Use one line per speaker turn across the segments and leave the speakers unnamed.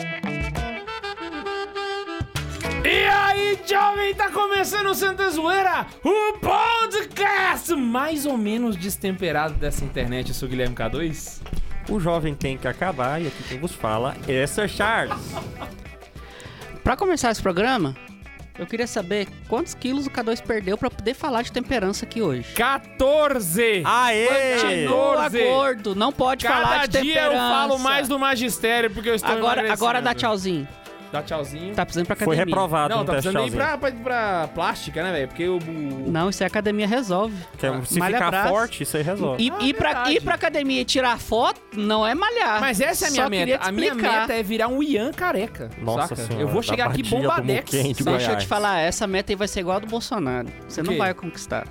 no tá Santa Zoeira, o podcast mais ou menos destemperado dessa internet. Eu sou o Guilherme K2.
O jovem tem que acabar e aqui quem vos fala é Sir Charles.
Pra começar esse programa, eu queria saber quantos quilos o K2 perdeu pra poder falar de temperança aqui hoje.
14!
Aê!
Continua
14.
gordo, não pode falar
Cada
de
dia
temperança.
eu falo mais do magistério porque eu estou
Agora,
emagrecendo.
agora dá tchauzinho.
Dá tchauzinho.
Tá precisando pra
Foi
academia.
reprovado então,
Não,
no
tá
teste
precisando ir
tchauzinho.
pra, pra, pra plástica, né, velho? Porque o... o-
Não, isso aí a academia resolve.
Quer- Então, Se
Malha
ficar
braço.
forte, isso aí resolve.
E,
Ah,
ir, pra,
verdade.
ir pra academia e tirar foto não é malhar.
Mas essa é a minha
Só queria
meta.
te
A minha
explicar.
meta é virar um Ian careca.
Nossa
saca?
senhora,
Eu vou
da
chegar aqui
badia do
bombadex.
Muquem de
saca?
Deixa eu
Goiás.
te falar, essa meta aí vai ser igual a do Bolsonaro. Você
quê?
não vai conquistar.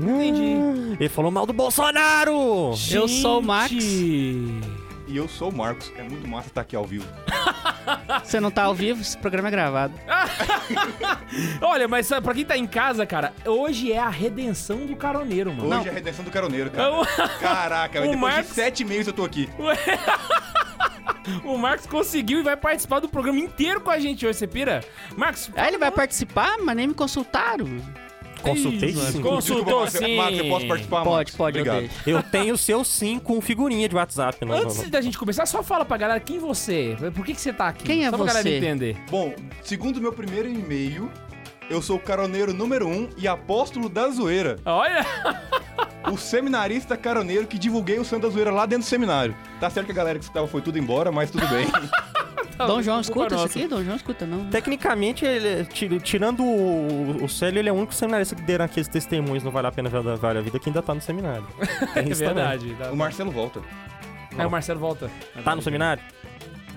Entendi.
Hum, Ele falou mal do Bolsonaro!
Eu sou o Max.
Gente.
E eu sou o Marcos, é muito massa estar aqui ao vivo.
Você não tá ao vivo, esse programa é gravado.
Olha, mas sabe, pra quem tá em casa, cara, hoje é a redenção do caroneiro,
Hoje
mano. Então,
é a redenção do caroneiro, cara.
Eu-
Caraca,
O
depois
Marcos-
de sete meses eu tô aqui.
O Marcos conseguiu e vai participar do programa inteiro com a gente hoje, você pira? Marcos,
Aí É, ele vai participar, mas nem me consultaram.
Consultei
Isso,
sim.
mano. Consultou,
Marcos,
sim.
Marcos, eu posso participar,
Pode,
Marcos?
pode, eu
Obrigado.
deixo.
Eu tenho o seu sim com figurinha de WhatsApp. Não,
antes da gente começar, só fala pra galera quem você é. Por que, que você tá aqui?
Quem é
só pra galera
você?
entender.
Bom, segundo meu primeiro e-mail, eu sou o caroneiro número um e apóstolo da zoeira.
Olha,
O seminarista caroneiro que divulguei o santo da zoeira lá dentro do seminário. Tá certo que a galera que estava foi tudo embora, mas tudo bem.
Dom João escuta isso
nossa.
aqui? Dom João escuta, não.
Tecnicamente, ele é- ti- tirando o, o Célio, ele é o único seminarista que deram aqueles testemunhos, não vale a pena ver vale a vida, que ainda tá no seminário. Tem
É
isso também.
verdade. Dá-
o Marcelo volta.
Aí o Marcelo volta.
Tá no seminário?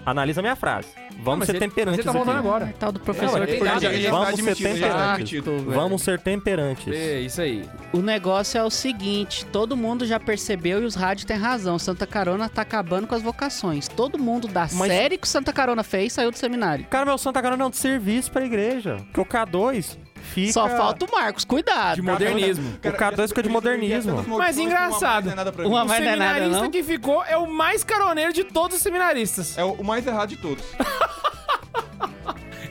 Analisa a minha frase.
Não,
Vamos
mas
ser
ele- mas
temperantes
ele tá voltando
aqui.
agora.
É, Tal do
Não,
professor
É,
mas
que
tem
foi
nada,
de-
ele já- Vamos ser
já
temperado.
está
Chato,
admitido.
velho.
Vamos ser temperantes.
É, isso aí.
O negócio é o seguinte, todo mundo já percebeu e os rádios têm razão. Santa Carona tá acabando com as vocações. Todo mundo da
Mas-
série que o Santa Carona fez saiu do seminário.
Cara, meu Santa Carona é um serviço pra igreja. Porque o K2 fica.
Só falta o Marcos,
De
cuidado.
modernismo.
O
tá
K2 fica de modernismo.
Mas engraçado.
Uma mais não é nada pra
Uma
mim.
vai
o
não é nada,
seminarista
não?
que ficou é o mais caroneiro de todos os seminaristas.
É o mais errado de todos.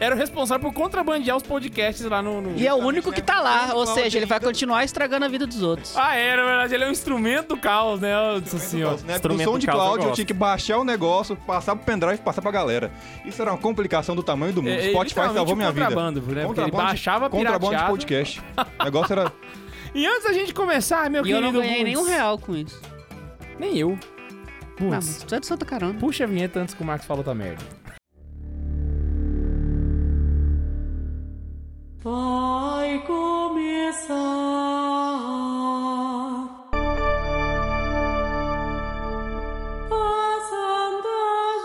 Era o responsável por contrabandear os podcasts lá no... no-
E é o único que tá lá, ou
Não,
seja, ele vai
ainda-
continuar estragando a vida dos outros.
Ah, é, na verdade, ele é um instrumento do caos, né? Nossa senhora.
Na época do
Instrumento
som de
causa
é
Cláudio, eu
negócio.
tinha que baixar o negócio, passar pro pendrive e passar pra galera. Isso era uma complicação do tamanho do mundo.
É, é
Spotify
literalmente
salvou minha vida.
contrabando, né? Porque ele baixava
Contrabando de
pirateado.
podcast. O negócio era...
E antes da gente começar, meu
E eu
querido.
não ganhei
Bundes-
nenhum real com isso.
Nem eu. Putz.
Não, mas tu é do Santa Carona.
Puxa a vinheta antes que o Max falou da merda.
Vai começar a Santa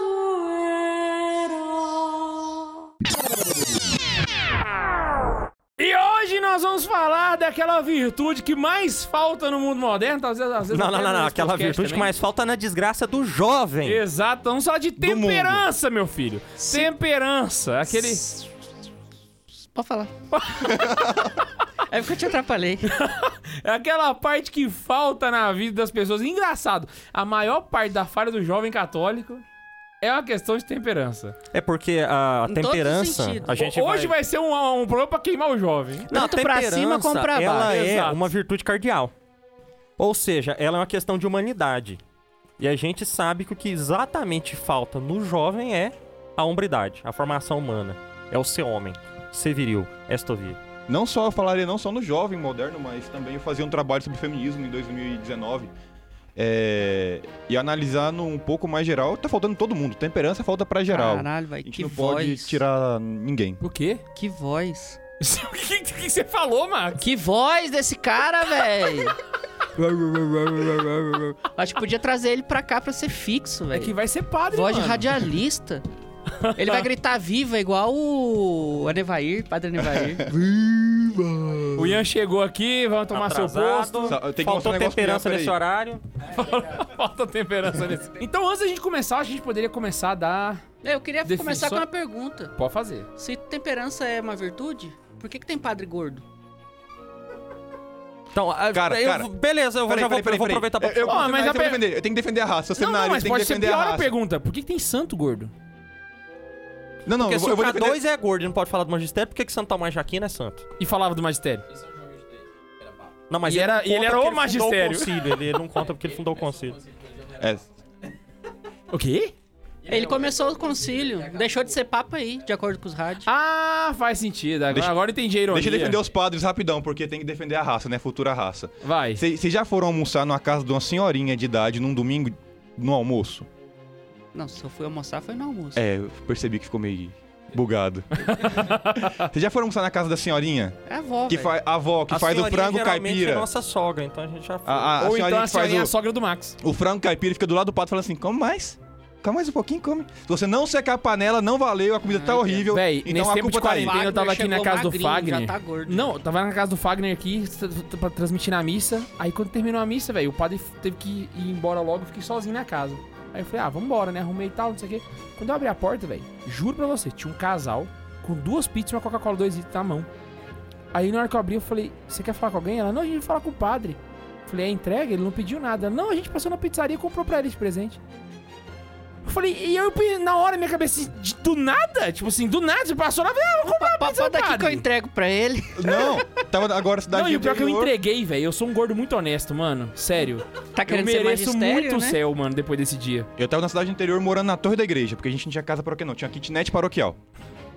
Joera.
E hoje nós vamos falar daquela virtude que mais falta no mundo moderno, às vezes, às vezes
Não,
até
não, não, não.
nesse
Aquela
podcast
virtude que
também.
mais falta é na desgraça do jovem.
Exato, vamos falar de temperança, meu filho. Temperança, É aquele.
Pode falar. é porque eu te atrapalhei.
É aquela parte que falta na vida das pessoas. Engraçado, a maior parte da falha do jovem católico é uma questão de temperança.
É porque a
Em todos os
temperança.
sentidos.
A gente
Hoje vai, ser um, um problema pra queimar o jovem.
Não,
Tanto pra
temperança,
cima como pra
Ela
baixo.
é
Exato.
uma virtude cardeal. Ou seja, ela é uma questão de humanidade. E a gente sabe que o que exatamente falta no jovem é a hombridade, a formação humana. É o ser homem, ser viril, esta vir.
Não só eu falaria não só no jovem moderno, mas também eu fazia um trabalho sobre feminismo em 2019. É, E analisando um pouco mais geral, tá faltando todo mundo. Temperança falta pra geral.
Caralho,
A
vai.
gente
Que
não
voz.
pode tirar ninguém.
O quê?
Que voz.
O que, que- que você falou, Max?
Que voz desse cara, velho. Acho que podia trazer ele pra cá pra ser fixo,
É
velho.
que vai ser padre,
voz de
mano.
radialista. Ele vai gritar viva igual o Anevair, Padre Anevair.
O Ian chegou aqui, vamos tomar seu posto.
Atrasado,
Só- eu tenho que mostrar
Faltou
um negócio
temperança
pra ela,
nesse
peraí.
horário.
Falta temperança nesse. Então, antes da gente começar, a gente poderia começar a dar.
É, Eu queria
Define
começar
só-
com uma pergunta.
Pode fazer.
Se temperança é uma virtude, por que, que tem padre gordo?
Então, a-
Cara,
eu-
cara.
beleza, eu vou-
Peraí,
já vou, eu
peraí, peraí,
vou
peraí.
aproveitar pra
Ah, Eu, eu,
Ó, mas
mas
a
eu, tenho que
per-
defender, eu tenho que defender a raça. Seu
Não, não,
cenário
mas
tem que
pode ser
defender a
pior a
raça.
pergunta. Por que, que tem santo gordo?
Não, não,
Porque
eu,
se
vou- eu
o
vou defender...
K2 é gordo e não pode falar do magistério, por que, que Santo Tomás de Aquino é santo?
E falava do magistério.
Não, mas
E era- e ele
conta
era o
porque fundou
magistério.
concílio, ele não conta porque ele fundou o concílio.
É,
O quê?
Ele começou o concílio, deixou de ser papa aí, de acordo com os rádios.
Ah, faz sentido. Agora,
Deixa-
agora entendi a ironia.
deixa eu defender os padres rapidão, porque tem que defender a raça, né? Futura raça.
Vai.
Vocês já foram almoçar numa casa de uma senhorinha de idade num domingo no almoço?
Não, se eu fui almoçar foi no almoço.
É, eu percebi que ficou meio bugado. Vocês já foram almoçar na casa da senhorinha?
É a avó,
Que
velho.
fa- a avó, que
A
faz o
senhorinha
frango
geralmente
caipira. Ah,
É nossa sogra, então a gente já foi.
A, a, a
Ou então
senhorinha
a
que faz
senhorinha é a
o,
sogra do Max.
o frango caipira fica do lado do pato e fala assim: come mais. Come mais um pouquinho, come. Se você não secar a panela, não valeu, a comida tá horrível.
Véi,
então
nesse
a
tempo
culpa
de
tá aí.
quarentena eu tava aqui na
Wagner
casa do
chegou magrinho,
Fagner.
já tá gordo.
Não, eu tava na casa do Fagner aqui s- t- pra transmitir na missa. Aí quando terminou a missa, velho, o padre f- teve que ir embora logo, eu fiquei sozinho na casa. Aí eu falei, ah, vambora, né? Arrumei e tal, não sei o quê. Quando eu abri a porta, velho, juro pra você, tinha um casal com duas pizzas e uma Coca-Cola 2 litros na mão. Aí na hora que eu abri, eu falei, você quer falar com alguém? Ela, não, a gente vai falar com o padre. Eu falei, é entrega? Ele não pediu nada. Ela, não, a gente passou na pizzaria e comprou pra ele de presente. Eu falei, e eu na hora, minha cabeça, assim, de- do nada? Tipo assim, do nada, você passou lá, ah, vou comprar uma
Papai
pizza do
daqui que eu
padre.
entrego pra ele.
Não, tava agora cidade
Não, e o pior é que eu
interior.
entreguei, velho. Eu sou um gordo muito honesto, mano. Sério.
Tá
Eu
querendo ser
mereço
magistério,
muito o
né?
céu, mano, depois desse dia.
Eu tava na cidade interior morando na torre da igreja, porque a gente não tinha casa paroquial, não. Tinha kitnet paroquial.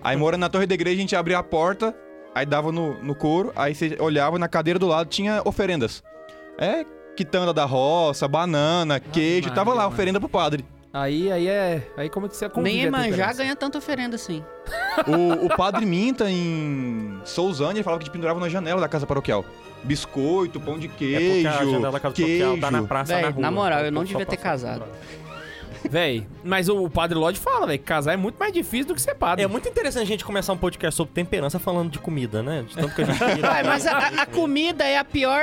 Aí morando na torre da igreja, a gente abria a porta, aí dava no, no couro, aí você olhava na cadeira do lado tinha oferendas. É quitanda da roça, banana, queijo,
Maria,
tava lá,
mano.
oferenda pro padre.
Aí, aí é. Aí como é que você convive
Nem
a
Emanjá
temperança?
ganha tanta oferenda assim.
O, o padre Minta em Souzânia ele falava que a gente pendurava na janela da casa paroquial. Biscoito, pão de
É
queijo,
porque a janela casa social
queijo.
tá na praça,
Véi,
na rua.
na moral,
então
eu não
o pessoal
devia ter
passa por
casado.
lá.
Véi, mas o, o padre Lodge fala, velho, casar é muito mais difícil do que ser padre.
É muito interessante a gente começar um podcast sobre temperança falando de comida, né? De tanto que a gente
Ué, mas a, a- a comida é a pior,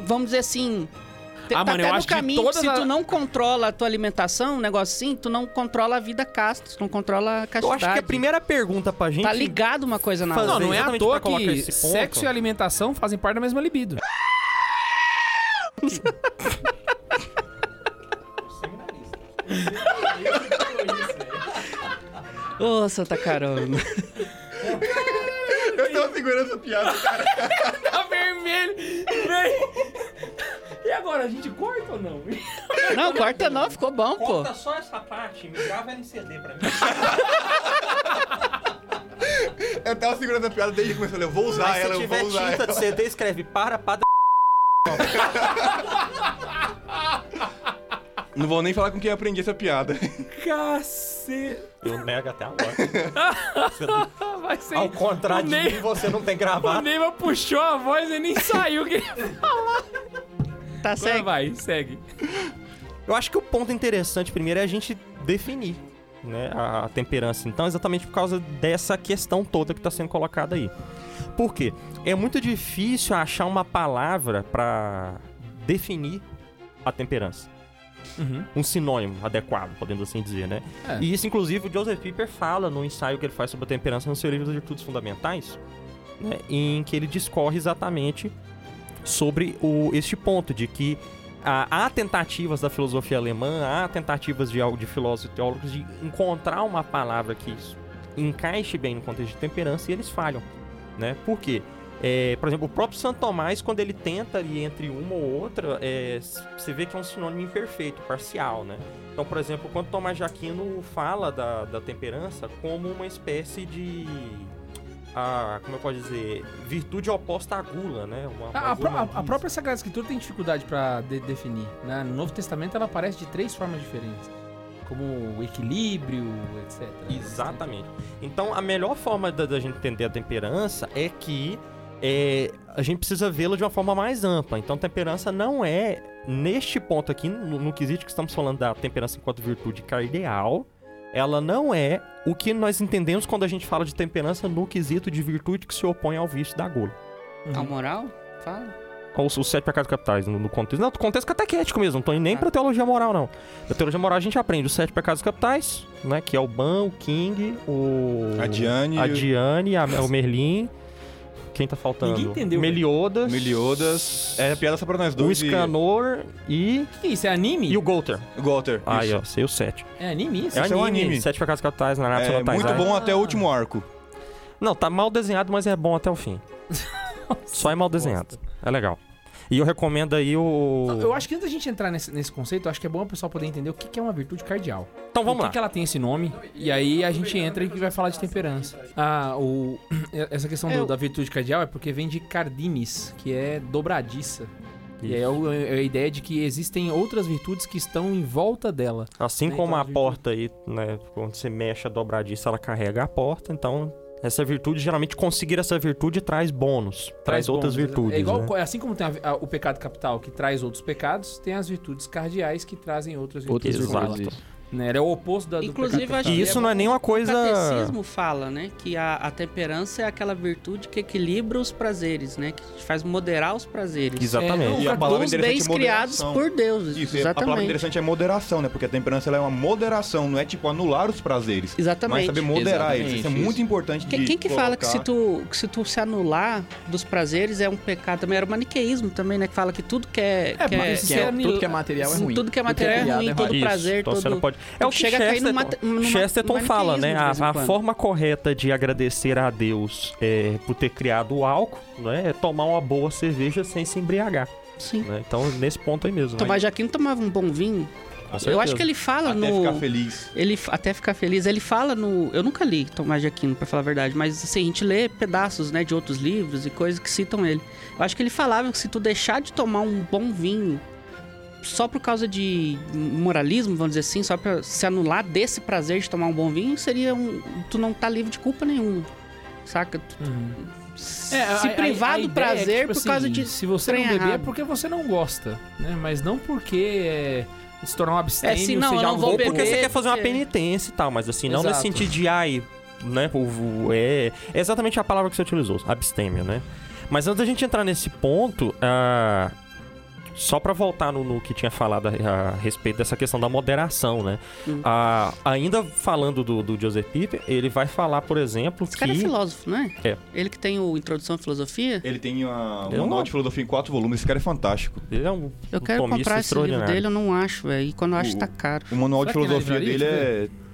vamos dizer assim... te-
Ah,
tá
mano,
até
eu
no
acho que
caminho,
todas
se
a-
tu não controla a tua alimentação, um negócio assim, tu não controla a vida casta, tu não controla a castidade.
é
Eu acho que a primeira pergunta pra gente...
Tá ligado uma coisa na
Faz-
Não,
outra.
não é à
exatamente
toa
pra colocar
que
esse ponto.
sexo e alimentação fazem parte da mesma libido.
Ô, Santa Carona.
Eu tava segurando essa piada, cara.
tá vermelho! Véi! E agora, a gente corta ou não?
Não, corta não, ficou bom, pô. Tá
só essa parte, me grava LCD pra mim.
Eu tava segurando a piada desde que começou. Eu vou usar
Mas
Tá, ela, é um
se
eu vou
tiver
usar
tinta
ela.
de CD, escreve para, padre...
Não vou nem falar com quem eu aprendi essa piada.
Cacete!
Eu nego até agora.
Vai ser.
Ao contrário
O
de
Ney-
mim, você não tem
O
gravado.
Neiva puxou a voz e nem saiu. Que... Agora
Tá certo.
vai, segue.
Eu acho que o ponto interessante primeiro é a gente definir né, a a temperança, então, exatamente por causa dessa questão toda que está sendo colocada aí. Por quê? É muito difícil achar uma palavra para definir a temperança.
Uhum.
Um sinônimo adequado, podemos assim dizer, né?
É.
E isso, inclusive, o Joseph Pieper fala no ensaio que ele faz sobre a temperança no seu livro dos Virtudes Fundamentais, né, em que ele discorre exatamente sobre o, este ponto de que há, há tentativas da filosofia alemã, há tentativas de, al- de filósofos e teólogos de encontrar uma palavra que s- encaixe bem no contexto de temperança e eles falham, né? Por quê? É, por exemplo, o próprio Santo Tomás, quando ele tenta ali entre uma ou outra, é, s- você vê que é um sinônimo imperfeito, parcial, né? Então, por exemplo, quando Tomás de Aquino fala da, da temperança como uma espécie de... ah, como eu posso dizer? Virtude oposta à gula, né? Uma- uma
A, a pró- a- a
gula
própria Sagrada Escritura tem dificuldade pra de- definir. né? No Novo Testamento ela aparece de três formas diferentes. Como o equilíbrio, etc.
Exatamente. Então, a melhor forma da, da gente entender a temperança é que é, a gente precisa vê-la de uma forma mais ampla. Então, temperança não é, neste ponto aqui, no, no quesito que estamos falando da temperança enquanto virtude cardeal, ela não é o que nós entendemos quando a gente fala de temperança no quesito de virtude que se opõe ao vício da gula.
A moral? Fala.
Ou os sete pecados capitais, no, no contexto. Não, no contexto catequético mesmo, não tô indo nem pra teologia moral, não. Na teologia moral a gente aprende os sete pecados capitais, né? Que é o Ban, o King, o.
A Diane e
A
o-
Diane, a- o Merlin. Quem tá faltando?
Ninguém entendeu, né? velho.
Meliodas.
Meliodas. É piada só pra nós
O
dois. e-
Escanor e...
que isso? É anime?
E o Golter.
Golter.
Aí,
isso.
ó, sei o 7.
É anime isso?
É
Isso
anime,
é um anime.
Sete Pecados Capitais, na
É,
Naruto
muito bom até o último arco.
Não, tá mal desenhado, mas é bom até o fim. Só é mal desenhado. É legal. E eu recomendo aí o...
Então, Eu acho que antes da gente entrar nesse, nesse conceito, eu acho que é bom o pessoal poder entender o que que é uma virtude cardial.
Então vamos
Por que
lá.
que ela tem esse nome? E aí a gente entra e vai falar de temperança. Ah, o... Essa questão do-
Eu-
da virtude cardial é porque vem de cardinis, que é dobradiça. E aí
Isso.
é o- é a ideia de que existem outras virtudes que estão em volta dela.
Assim
Né,
como
então,
a
a gente-
porta aí, né, quando você mexe a dobradiça, ela carrega a porta, então essa virtude, geralmente conseguir essa virtude traz bônus, traz, outras
bônus,
virtudes,
É igual,
né?
co- assim como tem a- a- o pecado capital que traz outros pecados, tem as virtudes cardiais que trazem outras virtudes.
Outras
como
virtudes.
ela, Né? Era o oposto da, do
Inclusive,
pecado
acho
capital.
E
que
isso
é
não é nem uma
O
coisa...
catecismo fala, né, que a, a temperança é aquela virtude que equilibra os prazeres, né, que te faz moderar os prazeres.
Exatamente.
um
É,
E a palavra
Os
interessante
bens
é
criados
moderação.
por Deus,
Isso, e a palavra
exatamente.
interessante é moderação, né? Porque a temperança ela é uma moderação, não é tipo anular os prazeres. Mas
Exatamente.
saber moderar
Exatamente,
eles. Isso é
isso.
muito importante
Que-
de
Quem que fala que se,
colocar.
tu, que se tu se anular dos prazeres é um pecado também? Era o maniqueísmo também, né? Que fala que tudo que é...
É,
que
mas
Que
isso
é-
é
tudo que é material é ruim.
Tudo que é material é
criado
ruim, todo
Isso,
prazer,
então
todo...
você não pode... É o que
Chega a cair
Chesterton,
no mate- numa-
Chesterton
numa
fala, né?
maniqueísmo de
A,
vez em
a
quando.
forma correta de agradecer a Deus é, por ter criado o álcool, né? É tomar uma boa cerveja sem se embriagar,
Sim.
né? Então, nesse ponto aí mesmo. né,
Tomás de Aquino tomava um bom vinho. Eu acho que ele fala
Até
no...
ficar feliz.
Ele f- até ficar feliz, ele fala no. Eu nunca li Tomás de Aquino, pra falar a verdade, mas assim, a gente lê pedaços, né, de outros livros e coisas que citam ele. Eu acho que ele falava que se tu deixar de tomar um bom vinho só por causa de moralismo, vamos dizer assim, só pra se anular desse prazer de tomar um bom vinho, seria um. Tu não tá livre de culpa nenhuma. Saca? Tu-
Uhum.
Se
É, a- a-
privar
a
do
ideia
prazer
é que, tipo
por
assim,
causa de.
Se você não
trem
beber é
errado.
porque você não gosta, né? Mas não porque é, se tornar um abstêmio,
É, se não,
seja
eu não
algo
vou
Ou
bom,
porque
beber,
você quer fazer uma
porque-
penitência e tal, mas assim, não nesse
Exato.
sentido de ai, né? o- o- é, é exatamente a palavra que você utilizou, abstêmio, né? Mas antes da gente entrar nesse ponto, ah, só pra voltar no, no que tinha falado a, a respeito dessa questão da moderação, né?
Hum.
Ah, ainda falando do, do Joseph Pieper, ele vai falar, por exemplo,
Esse
que
cara é filósofo, né?
É.
Ele que tem o Introdução à Filosofia.
Ele tem uma, um
Eu não-
manual de filosofia em quatro volumes. Esse cara é fantástico.
ele é um
Eu
tomista
quero comprar esse livro
extraordinário.
dele, eu não acho, velho. E quando eu acho,
O-
tá caro.
O manual
Será
de
que tem na
filosofia dele
livraria?
é...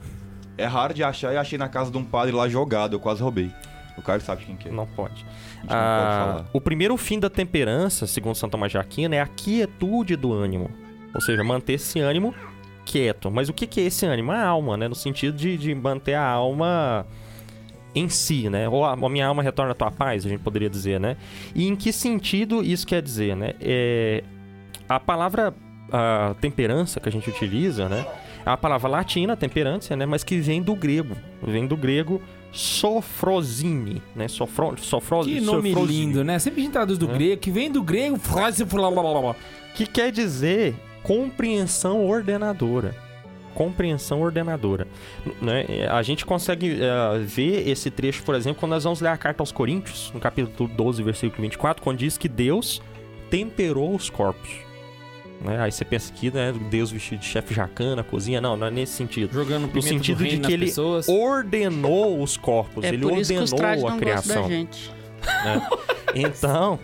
É raro de achar e achei na casa de um padre lá jogado. Eu quase roubei. O cara sabe quem que é.
Não pode.
não
Ah,
pode falar.
o primeiro fim da temperança, segundo São Tomás de Aquino, é a quietude do ânimo. Ou seja, manter esse ânimo quieto. Mas o que, que é esse ânimo? A alma, né? No sentido de, de manter a alma em si, né? Ou a, a minha alma retorna à tua paz, a gente poderia dizer, né? E em que sentido isso quer dizer, né? É, a palavra ah, temperança que a gente utiliza, né? É a palavra latina, temperância, né? Mas que vem do grego. Vem do grego sofrosine, né? Sofro, sofro,
Que nome
sofrosine.
lindo, né? Sempre a gente traduz do
É.
grego, que vem do grego, frase, blá, blá, blá, blá.
que quer dizer compreensão ordenadora. Compreensão ordenadora. N- né? É, A gente consegue eh, ver esse trecho, por exemplo, quando nós vamos ler a carta aos Coríntios, no capítulo 12, versículo 24, quando diz que Deus temperou os corpos. Né? Aí você pensa que né, Deus vestido de chefe jacana, cozinha, não, não é nesse sentido.
Jogando pimenta
sentido
do
de
reino
que
nas
ele-
pessoas.
Ordenou os corpos,
É
ele
por isso que os trajes
ordenou a
não gostam da
criação.
gente.
Então,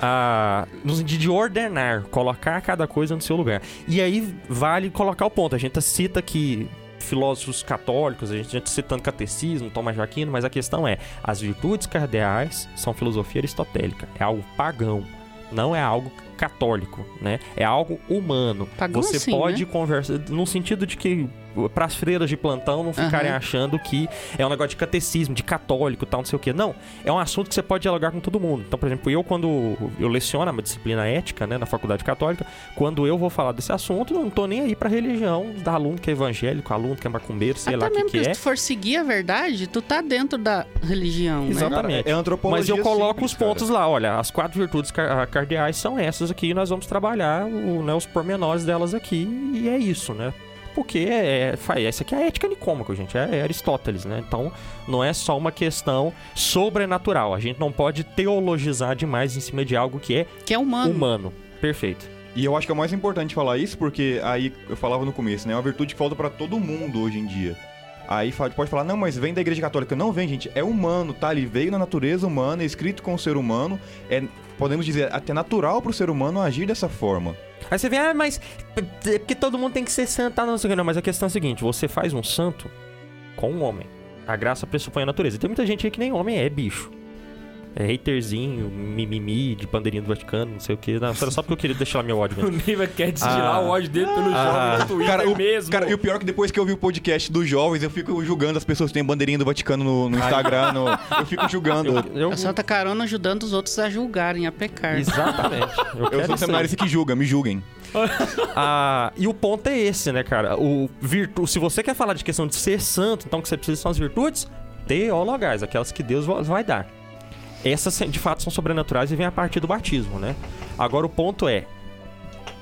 a, no sentido de ordenar, colocar cada coisa no seu lugar. E aí vale colocar o ponto. A gente cita que filósofos católicos, a gente está citando catecismo, Tomás de Aquino, mas a questão é, as virtudes cardeais são filosofia aristotélica, é algo pagão, não é algo católico, né? É algo humano.
Pagão
Você
assim,
pode conversar no sentido de que para as freiras de plantão não ficarem
Aham.
achando que é um negócio de catecismo, de católico, tal, não sei o quê. Não, é um assunto que você pode dialogar com todo mundo. Então, por exemplo, eu quando eu leciono uma disciplina ética, né, na faculdade católica, quando eu vou falar desse assunto, eu não tô nem aí pra religião da aluno que é evangélico, aluno que é macumbeiro, sei
Até
lá o que,
mesmo
que
se
é.
tu for seguir a verdade, tu tá dentro da religião, né?
Exato.
Cara,
exatamente.
é antropologia
Mas eu coloco
simples,
os pontos lá, olha, as quatro virtudes car- ah, cardeais são essas aqui, e nós vamos trabalhar o- né, os pormenores delas aqui, e é isso, né? Porque é, fa- essa aqui é a ética nicômaco, gente, é, é Aristóteles, né? Então não é só uma questão sobrenatural, a gente não pode teologizar demais em cima de algo que é
Que é humano.
humano. Perfeito.
E eu acho que é mais importante falar isso porque aí eu falava no começo, né? É uma virtude que falta pra todo mundo hoje em dia. Aí fa- pode falar, não, mas vem da igreja católica. Não vem, gente. É humano, tá? Ele veio na natureza humana, é escrito com o ser humano. É, podemos dizer, até natural pro ser humano agir dessa forma.
Aí você vê, ah, mas é porque todo mundo tem que ser santo, tá? não sei o que, não. Mas a questão é a seguinte: você faz um santo com um homem. A graça pressupõe a natureza. E tem muita gente aí que nem homem é, bicho. É haterzinho, mimimi, de bandeirinha do Vaticano, não sei o que. Não, era só porque eu queria deixar meu ódio
O
mesmo.
Neiva quer destilar
Ah.
o ódio dele pelo
Ah.
jovem no Twitter
Cara, o-
mesmo.
Cara, e o pior é que depois que eu vi o podcast dos jovens, eu fico julgando as pessoas que têm bandeirinha do Vaticano no, no Instagram. no- eu fico julgando.
Eu,
A Santa Carona ajudando os outros a julgarem, a pecar.
exatamente. Eu, quero
Eu sou
isso aí.
seminarista que é julga, me julguem.
Ah, e o ponto é esse, né, cara? O virtu... Se você quer falar de questão de ser santo, então o que você precisa são as virtudes teologais, aquelas que Deus va- vai dar. Essas, de fato, são sobrenaturais e vem a partir do batismo, né? Agora, o ponto é: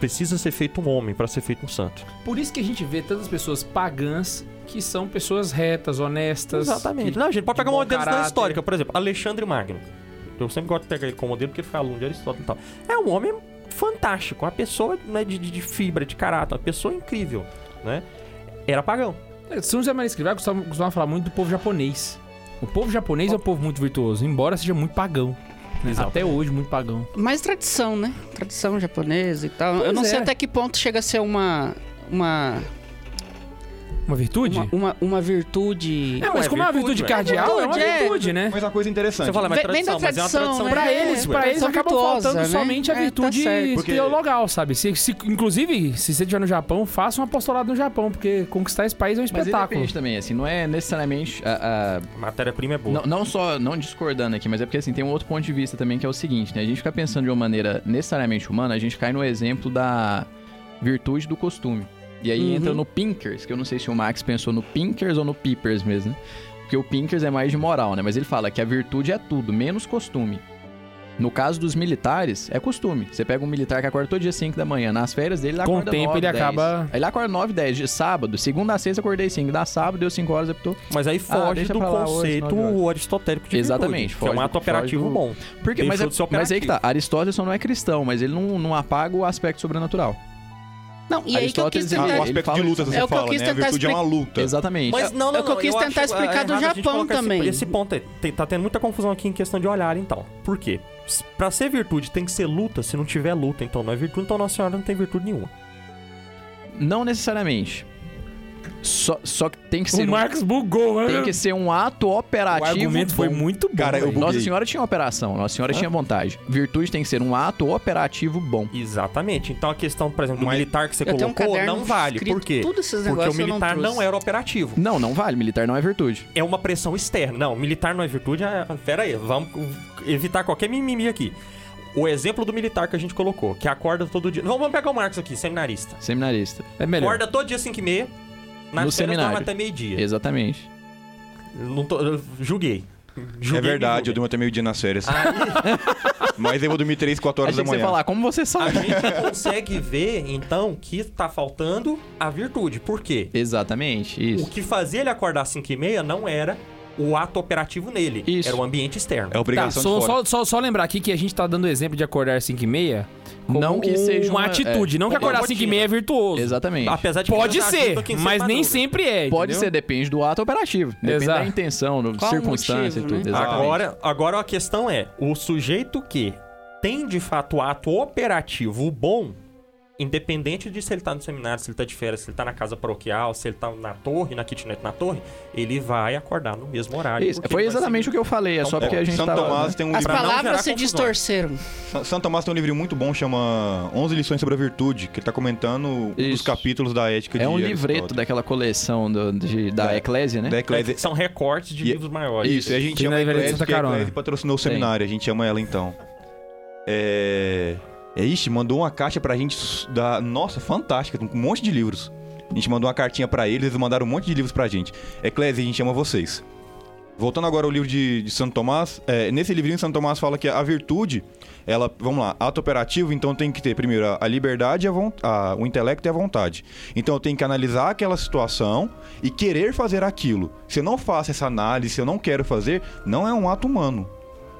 precisa ser feito um homem para ser feito um santo.
Por isso que a gente vê tantas pessoas pagãs que são pessoas retas, honestas.
Exatamente.
que-
Não, a gente pode
Então, de
pegar
bom
modelos da
caráter.
histórica, por exemplo, Alexandre Magno. Eu sempre gosto de pegar ele como modelo porque foi aluno de Aristóteles e tal. É um homem fantástico, uma pessoa né, de, de- de fibra, de caráter, uma pessoa incrível, né? Era pagão.
É, São José Maria Escrivá costuma, costuma falar muito do povo japonês. O povo japonês é um povo muito virtuoso, embora seja muito pagão. né? Até hoje, muito pagão.
Mais tradição, né? Tradição japonesa e tal. Eu
Pois
não sei
é.
até que ponto chega a ser uma. Uma.
Uma virtude?
Uma, uma, uma virtude.
É, mas
É,
como é uma virtude
virtude,
cardeal, é uma
virtude, é.
virtude, né?
Mas uma coisa interessante.
Você fala, mas
Vem- vem
tradição,
da
mas é uma
tradição,
tradição
né?
pra
Pra
É,
eles, pra eles
tradição
acaba
virtuosa,
faltando
né?
somente a
É, tá
virtude
certo.
Porque-
teologal, sabe? Se, se- inclusive, se você estiver no Japão, faça um apostolado no Japão, porque conquistar esse país é um
Mas ele
espetáculo.
depende também, assim, não é necessariamente. ah, a- a-
A Matéria-prima é boa.
não, não só não discordando aqui, mas é porque assim, tem um outro ponto de vista também que é o seguinte, né? A gente fica pensando de uma maneira necessariamente humana, a gente cai no exemplo da virtude do costume. E aí entra
Uhum.
no Pinkers, que eu não sei se o Max pensou no Pinkers ou no Peepers mesmo, né? Porque o Pinkers é mais de moral, né? Mas ele fala que a virtude é tudo, menos costume. No caso dos militares, é costume. Você pega um militar que acorda todo dia 5 da manhã, nas férias dele ele
Com o
acorda
tempo,
9,
ele
10.
acaba-
Aí ele acorda 9, 10 de sábado, segunda a sexta acordei 5, dá sábado, deu 5 horas, apitou.
Mas aí foge
deixa
do
pra lá, hoje,
conceito
nove
aristotélico de
Exatamente,
virtude, que é um
foge-
ato
foge
operativo
do-
bom.
Porque,
Deixou
mas, é,
de ser
mas aí que
operativo.
tá, Aristóteles só não é cristão, mas ele não, não apaga o aspecto sobrenatural.
Não, e aí que eu quis
Aristóteles,
Ah,
tentar.
o
ele
aspecto
fala
de
isso
luta, você
também. É o que eu
fala,
quis
né? A
tentar
virtude é uma luta.
Exatamente.
Mas não, não,
é o que eu
não,
quis tentar
acho, ah,
explicar
errado
do
a gente
Japão
colocar esse-
também.
Esse, ponto é, tem- tá tendo muita confusão aqui em questão de olhar, então. Por quê? S- Pra ser virtude tem que ser luta, se não tiver luta, então não é virtude, então Nossa Senhora não tem virtude nenhuma.
Não necessariamente. Só, só que tem que
O
ser, um,
Marcos bugou, né?
tem que ser um ato
O
operativo.
argumento foi
bom.
muito bom.
Cara, eu
velho.
buguei.
Nossa Senhora tinha operação, Nossa Senhora tinha vontade. Virtude tem que ser um ato operativo bom.
Exatamente. Então a questão, por exemplo, do
Mas-
militar que você
Eu tenho um
colocou
caderno
não vale.
escrito
Por quê?
tudo esses
Porque o
negócios, eu não
militar não,
trouxe.
era operativo.
Não, não vale. Militar não é virtude.
É uma pressão externa. Não, militar não é virtude. ah, Pera aí, vamos evitar qualquer mimimi aqui. O exemplo do militar que a gente colocou, que acorda todo dia. Vamos vamos pegar o Marcos aqui, seminarista.
Seminarista.
É melhor.
Acorda todo dia 5 e meia. Nas
No
férias
seminário.
dorme até meio-dia.
Exatamente.
Não tô- eu julguei.
É
Julguei,
verdade, eu um
me julguei.
durmo até meio-dia nas férias. Mas eu vou dormir 3, 4 horas
Ah,
da
Achei que você
manhã.
ia falar, como você
A
sabe?
gente consegue ver, então, que tá faltando a virtude. Por quê?
Exatamente,
O
isso.
que fazia ele acordar às 5 e meia não era o ato operativo nele.
Isso.
Era o ambiente externo.
É
Tá,
obrigação
só,
de fora.
só, só, só lembrar aqui que a gente tá dando o exemplo de acordar às 5 e meia como
Não que
um-
seja
uma,
uma-
atitude.
é,
não que
uma
acordar às
rotina.
5 e meia é virtuoso.
Exatamente.
Apesar de que
Pode
Deus
ser,
ajuda é quem se
mas nem
madruga.
sempre é.
Pode
entendeu?
ser, depende do ato operativo. Depende
Exato.
da intenção, do
Qual o
circunstância
motivo,
e
né?
tudo. Exatamente.
Agora, agora a questão é: o sujeito que tem de fato o ato operativo bom, independente de se ele tá no seminário, se ele tá de férias, se ele tá na casa paroquial, se ele tá na torre, na kitnet na torre, ele vai acordar no mesmo horário.
Isso, foi exatamente o que eu falei, é
Então,
só porque
pô,
a gente
Santo
tava... né?
Tomás tem um
As
livro.
pra não gerar
palavras se
confusão.
distorceram.
Sa- Santo Tomás tem um livro muito bom, chama 11 lições sobre a virtude, que ele tá comentando um dos
Isso.
capítulos da ética de
É um
Aristóteles.
livreto daquela coleção do- de- da
Da-
Eclésia, né?
da Eclésia.
É, São recortes de
é
E-
livros maiores.
Isso, e a gente
Tem
chama
na
a
Livraria de
Eclésia
Santa
porque a
Carona.
Eclésia patrocinou o
Tem.
seminário, a gente ama ela então. É... é... Ixi, mandou uma caixa pra gente s- da... Nossa, fantástica, com um monte de livros. A gente mandou uma cartinha pra eles, eles mandaram um monte de livros pra gente. Eclésia, a gente ama vocês. Voltando agora ao livro de, de Santo Tomás, é, nesse livrinho Santo Tomás fala que a virtude, ela, vamos lá, ato operativo, então tem que ter primeiro a, a liberdade, e a von- a, o intelecto e a vontade. Então eu tenho que analisar aquela situação e querer fazer aquilo. Se eu não faço essa análise, se eu não quero fazer, não é um ato humano.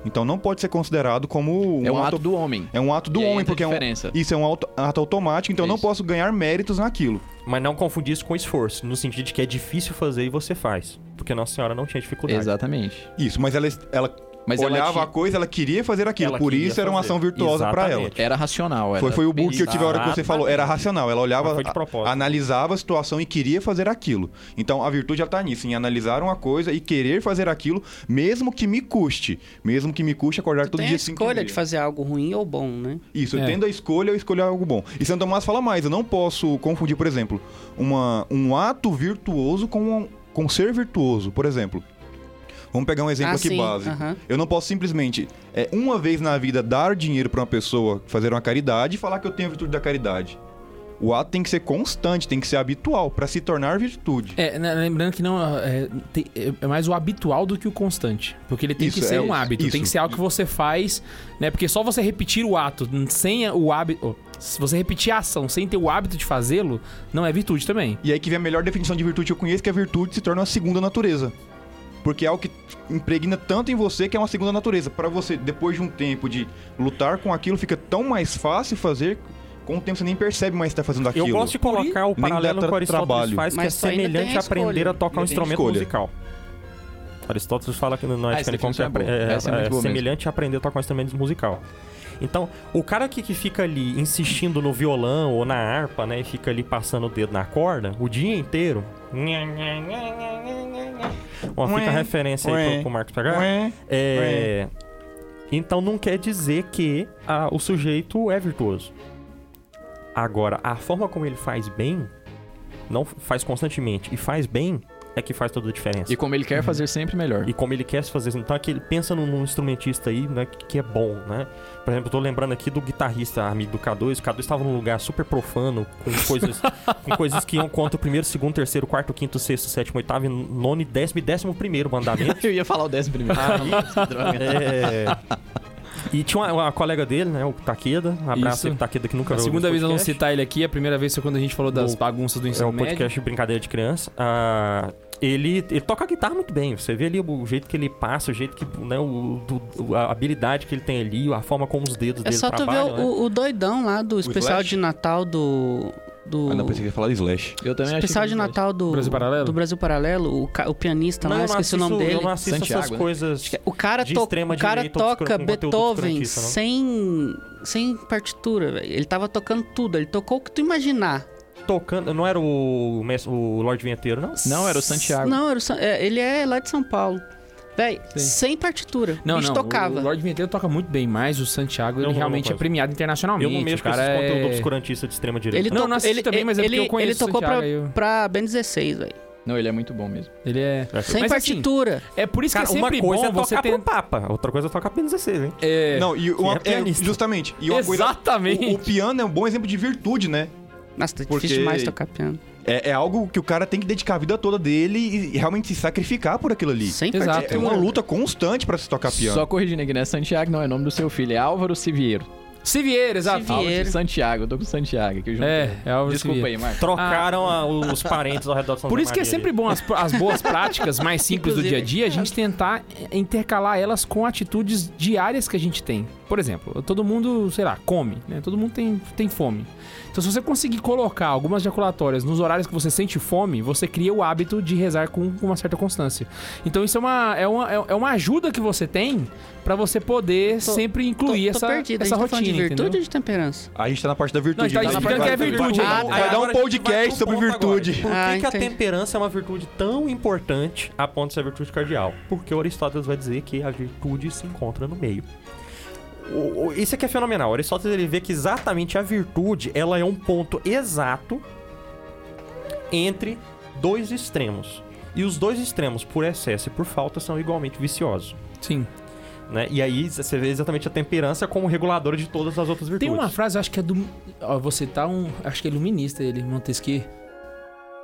Então não pode ser considerado como
É um ato do homem.
é um ato do
E aí
homem,
entra a
porque é um,
diferença. É
isso é um auto- ato automático, então eu não
Isso.
posso ganhar méritos naquilo.
Mas não confundir isso com esforço, no sentido de que é difícil fazer e você faz. Porque Nossa Senhora não tinha dificuldade.
Exatamente.
Isso, mas ela, ela
Mas ela
olhava
tinha-
a coisa, ela queria fazer aquilo,
Ela
por
queria
isso era uma
fazer.
ação virtuosa pra ela.
Exatamente.
Era racional. Era
Foi, foi o bug que eu tive a hora que você
Exatamente.
falou, era racional, ela olhava,
Mas foi de propósito.
a- analisava a situação e queria fazer aquilo. Então a virtude ela tá nisso, em analisar uma coisa e querer fazer aquilo, mesmo que me custe, mesmo que me custe acordar
Tu
todo
tem a
dia cinco e
escolha
meia.
de fazer algo ruim ou bom, né?
Isso, eu
É.
tendo a escolha, eu escolho algo bom. E Santo Tomás fala mais, eu não posso confundir, por exemplo, uma, um ato virtuoso com, um, com ser virtuoso, por exemplo. Vamos pegar um exemplo
Ah,
aqui
sim,
base.
aham.
Eu não posso simplesmente, é, uma vez na vida, dar dinheiro pra uma pessoa fazer uma caridade e falar que eu tenho a virtude da caridade. O ato tem que ser constante, tem que ser habitual, pra se tornar virtude.
É, né, lembrando que não é, tem- é mais o habitual do que o constante. Porque ele tem
Isso,
que ser
é,
um hábito, tem
isso.
que ser algo que você faz, né? Porque só você repetir o ato sem o hábito. oh, Se você repetir a ação sem ter o hábito de fazê-lo, não é virtude também.
E aí que vem a melhor definição de virtude que eu conheço, que é a virtude se torna uma segunda natureza. Porque é algo que impregna tanto em você que é uma segunda natureza. Pra você, depois de um tempo de lutar com aquilo, fica tão mais fácil fazer, com o tempo você nem percebe mais que tá fazendo aquilo.
Eu gosto de
Nem
colocar o
dá
paralelo que
tra-
o Aristóteles
trabalho.
faz, que
Mas
é
tu ainda tem a
semelhante a
escolha.
aprender a tocar um
Ainda tem
instrumento
escolha.
musical. Aristóteles fala que não
Ah,
é, diferente
essa definição é
como
boa.
é, é,
Essa é muito
é
boa mesmo.
semelhante a aprender a tocar um instrumento musical. Então, o cara que, que fica ali insistindo no violão ou na harpa, né, e fica ali passando o dedo na corda o dia inteiro. Ó, fica
Ué,
a referência aí pro, pro Marcos pegar.
Ué.
É, Então não quer dizer que ah, o sujeito é virtuoso. Agora, a forma como ele faz bem, não f- faz constantemente e faz bem, é que faz toda a diferença.
E como ele quer fazer sempre melhor.
E como ele quer se fazer. Então, é que ele pensa num, num instrumentista aí, né, que, que é bom, né? Por exemplo, eu tô lembrando aqui do guitarrista amigo do K2. O K2 estava num lugar super profano, com coisas, com coisas que iam contra o primeiro, segundo, terceiro, quarto, quinto, sexto, sétimo, oitavo, e nono, e décimo e décimo primeiro mandamento.
Eu ia falar o décimo primeiro.
É. E tinha uma, uma colega dele, né? O Takeda. Um abraço
Isso.
aí pro Takeda que nunca
A
veio
segunda
no
vez eu não
podcast.
citar ele aqui, a primeira vez foi quando a gente falou das
No-
bagunças do
É
ensino
um
médio.
podcast de brincadeira de criança. Ah, ele, ele toca a guitarra muito bem. Você vê ali o jeito que ele passa, o jeito que. Né, o, do- a habilidade que ele tem ali, a forma como os dedos
É
dele
só tu ver
trabalham.
o,
né?
o doidão lá do especial
Flash?
de Natal do. do
Ah, não, pensei que ia falar de Slash.
Eu também achei.
especial de Natal do
Brasil Paralelo?
do Brasil Paralelo, o, ca- o pianista
Não,
lá,
eu não
esqueci o nome
assisto-
dele. é-
Eu não assisto
Santiago,
essas
né?
coisas.
O cara,
de
to-
extrema
o cara
direita,
toca
obscura- com conteúdo
Beethoven
obscurantista, não?
sem, sem partitura, velho. Ele tava tocando tudo, ele tocou o que tu imaginar.
Tocando. Não era o, mes- o Lorde Vinheteiro, não?
Não, era o Santiago.
Não, era o San- é, ele é lá de São Paulo. Véi, sem partitura.
Não,
o bicho
não,
tocava.
o Lord Vinheteiro toca muito bem, mas o Santiago,
Eu
ele
não-
realmente
não
é
gosto.
premiado internacionalmente.
Eu não mexo
o
com esses
cara é...
conteúdo obscurantista de extrema direita.
Ele
Não,
to-
não assisti
ele,
também, mas é
ele,
porque eu conheço
Ele tocou
o Santiago,
pra,
eu-
pra Ben 16, velho.
Não, ele é muito bom mesmo.
Ele é...
Sem
Mas, assim,
partitura.
é por isso
Cara,
que é
uma
sempre
coisa é
bom você
tocar
ter...
pro Papa, outra coisa é tocar pro 16, hein?
É...
Não, e uma,
é
é,
pianista.
justamente. E uma coisa-
Exatamente.
o, o piano é um bom exemplo de virtude, né?
Nossa, tá
Porque-
difícil demais tocar piano.
É, é algo que o cara tem que dedicar a vida toda dele e, e realmente se sacrificar por aquilo ali.
Sem
Exato.
É
partitura.
uma luta constante pra se tocar piano.
Só corrigindo aqui, né? Santiago não é nome do seu filho, é Álvaro Siviero.
Siviero, exato.
Siviero.
Álvaro
Vieira.
de Santiago, eu tô com o Santiago aqui. eu juntei.
É, é Álvaro
Desculpa
Siviero.
aí, Marcos.
Trocaram a- os parentes ao redor de Santa
Por isso que é
Maria
sempre
ali.
bom as, as boas práticas mais simples do dia a
Inclusive,
dia, a gente tentar intercalar elas com atitudes diárias que a gente tem. Por exemplo, todo mundo, sei lá, come, né? Todo mundo tem, tem fome. Então, se você conseguir colocar algumas jaculatórias nos horários que você sente fome, você cria o hábito de rezar com, com uma certa constância. Então, isso é uma, é uma, é uma ajuda que você tem pra você poder
Tô-
sempre incluir
tô,
essa,
tô perdido.
essa
a gente tá
rotina,
falando de virtude
entendeu?
ou de temperança?
A gente tá na parte da virtude.
Não, a gente tá
né?
explicando
Vai-
que é
vai-
virtude
vai-
ainda.
Vai,
Aí
dar
agora
um
a gente vai
podcast
pro
sobre
ponto
virtude.
agora. Por que
Ah,
que, a
entendi.
temperança é uma virtude tão importante a ponto de ser virtude cardeal? Porque o Aristóteles vai dizer que a virtude se encontra no meio. O- o- isso aqui é fenomenal. O Aristóteles ele vê que exatamente a virtude ela é um ponto exato entre dois extremos. E os dois extremos, por excesso e por falta, são igualmente viciosos.
Sim.
né? E aí você vê exatamente a temperança como reguladora de todas as outras virtudes.
Tem uma frase, acho que é do. Ó, vou citar um. Acho que é iluminista ele, Montesquieu.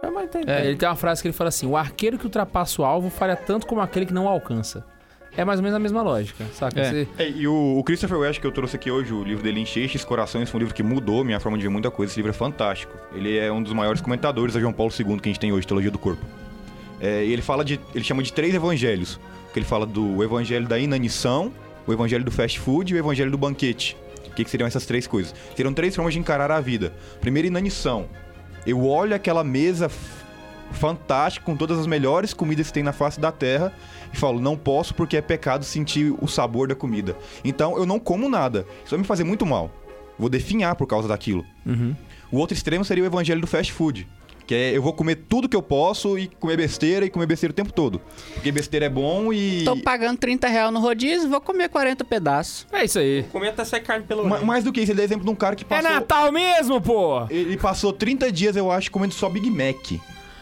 É, mas tem-
É, Ele tem uma frase que ele fala assim: o arqueiro que ultrapassa o alvo falha tanto como aquele que não o alcança. É mais ou menos a mesma lógica, saca?
É.
Você-
É, e o, o Christopher West que eu trouxe aqui hoje, o livro dele Enchestes Corações, foi um livro que mudou minha forma de ver muita coisa. Esse livro é fantástico. Ele é um dos maiores comentadores da João Paulo II que a gente tem hoje, Teologia do Corpo. É, e ele fala de. ele chama de três evangelhos. Que ele fala do evangelho da inanição, o evangelho do fast food e o evangelho do banquete. O que, que seriam essas três coisas? Seriam três formas de encarar a vida. Primeiro, inanição. Eu olho aquela mesa f- fantástica com todas as melhores comidas que tem na face da terra e falo, não posso porque é pecado sentir o sabor da comida. Então eu não como nada. Isso vai me fazer muito mal. Vou definhar por causa daquilo. O outro extremo seria o evangelho do fast food. Que é eu vou comer tudo que eu posso e comer besteira e comer besteira o tempo todo. Porque besteira é bom e.
Tô pagando 30 reais no rodízio, vou comer 40 pedaços.
É isso aí.
Comenta se é carne pelo
Ma- Mais do que isso, ele dá exemplo de um cara que
É
passou.
Natal mesmo, pô!
Ele passou 30 dias, eu acho, comendo só Big Mac.
Aí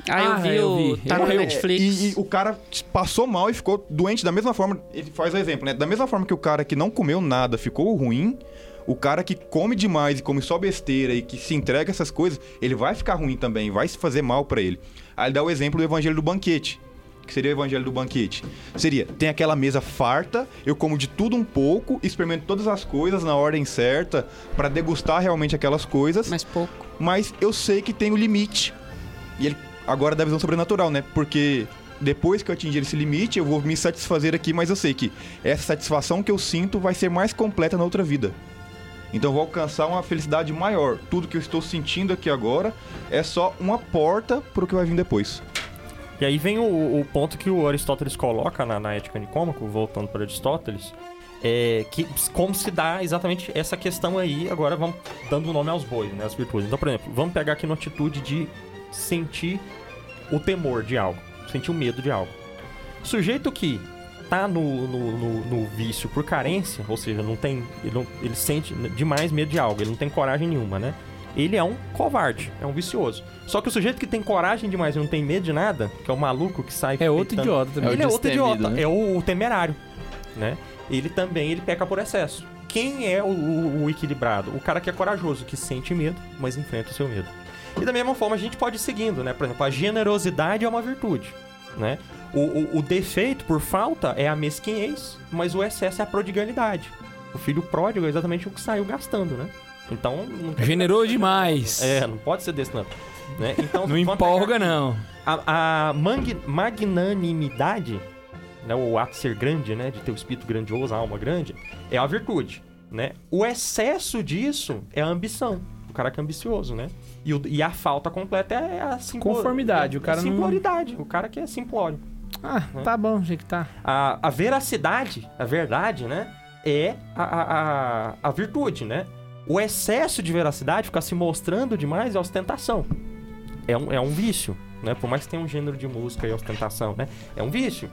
Ah,
eu vi,
eu
o-
vi. Ele
tá no
morreu.
Netflix.
É, E, e o cara passou mal e ficou doente da mesma forma. Ele faz o exemplo, né? Da mesma forma que o cara que não comeu nada ficou ruim, o cara que come demais e come só besteira e que se entrega a essas coisas, ele vai ficar ruim também, vai se fazer mal pra ele. Aí ele dá o exemplo do evangelho do banquete. Que seria o evangelho do banquete? Seria, tem aquela mesa farta, eu como de tudo um pouco, experimento todas as coisas na ordem certa pra degustar realmente aquelas coisas
Mas pouco.
mas eu sei que tem o limite. E ele agora da visão sobrenatural, né? Porque depois que eu atingir esse limite, eu vou me satisfazer aqui, mas eu sei que essa satisfação que eu sinto vai ser mais completa na outra vida. Então eu vou alcançar uma felicidade maior. Tudo que eu estou sentindo aqui agora é só uma porta pro que vai vir depois.
E aí vem o, o ponto que o Aristóteles coloca na, na Ética Nicômaco, voltando para Aristóteles, é que como se dá exatamente essa questão aí, agora vamos dando nome aos bois, né, às virtudes. Então, por exemplo, vamos pegar aqui uma atitude de sentir o temor de algo, sentir o medo de algo. Sujeito que tá no, no, no- no vício por carência, ou seja, não tem, ele, não- ele sente demais medo de algo, ele não tem coragem nenhuma, né? Ele é um covarde, é um vicioso. Só que o sujeito que tem coragem demais e não tem medo de nada, que é o maluco que sai...
É outro
peitando-
idiota também.
o
ele é outro
destemido,
idiota,
né?
é o, o temerário, né? Ele também ele peca por excesso. Quem é o, o- o equilibrado? O cara que é corajoso, que sente medo, mas enfrenta o seu medo. E da mesma forma a gente pode ir seguindo, né? Por exemplo, a generosidade é uma virtude, né? O, o- o defeito por falta é a mesquinhez, mas o excesso é a prodigalidade. O filho pródigo é exatamente o que saiu gastando, né? Então, não tem-
Generou demais.
é, não pode ser desse não. Né? Então,
Não
vamos pegar-
empolga, não.
a, a mang- magnanimidade, né, o ato de ser grande, né, de ter o espírito grandioso, a alma grande, é a virtude, né? O excesso disso é a ambição. O cara que é ambicioso, né? E, o- e a falta completa é a simplo-
Conformidade, o cara não-
Simploridade, o cara que é simplório.
Ah, tá bom, gente, tá.
A, a veracidade, a verdade, né? É a, a, a, a virtude, né? O excesso de veracidade, ficar se mostrando demais, é ostentação. É um, é um vício, né? Por mais que tenha um gênero de música e ostentação, né? É um vício.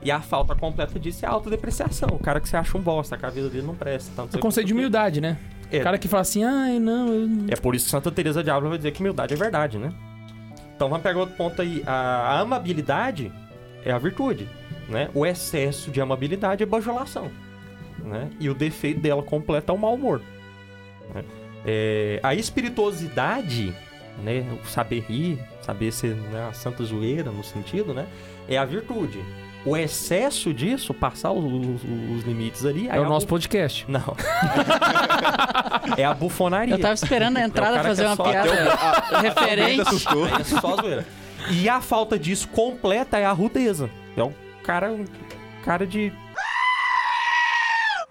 E a falta completa disso é a autodepreciação. O cara que você acha um bosta, que a vida dele não presta. Tanto
É o conceito de humildade, né?
É.
O cara que fala assim, ai, não, eu não
É por isso que Santa Teresa de Ávila vai dizer que humildade é verdade, né? Então vamos pegar outro ponto aí. A a amabilidade é a virtude, né? O excesso de amabilidade é bajulação, né? E o defeito dela completa é o mau humor. né? É, a espirituosidade, né? O saber rir, saber ser né, a santa zoeira no sentido, né? É a virtude. O excesso disso, passar os, os- os limites ali... aí
É o
a
nosso
bu-
podcast.
Não. é a bufonaria.
Eu tava esperando a
É o
entrada
cara
fazer
que é
uma
só-
piada
Ainda
referente.
assustou.
É só zoeira. E a falta disso completa é a rudeza. É um cara. um cara de.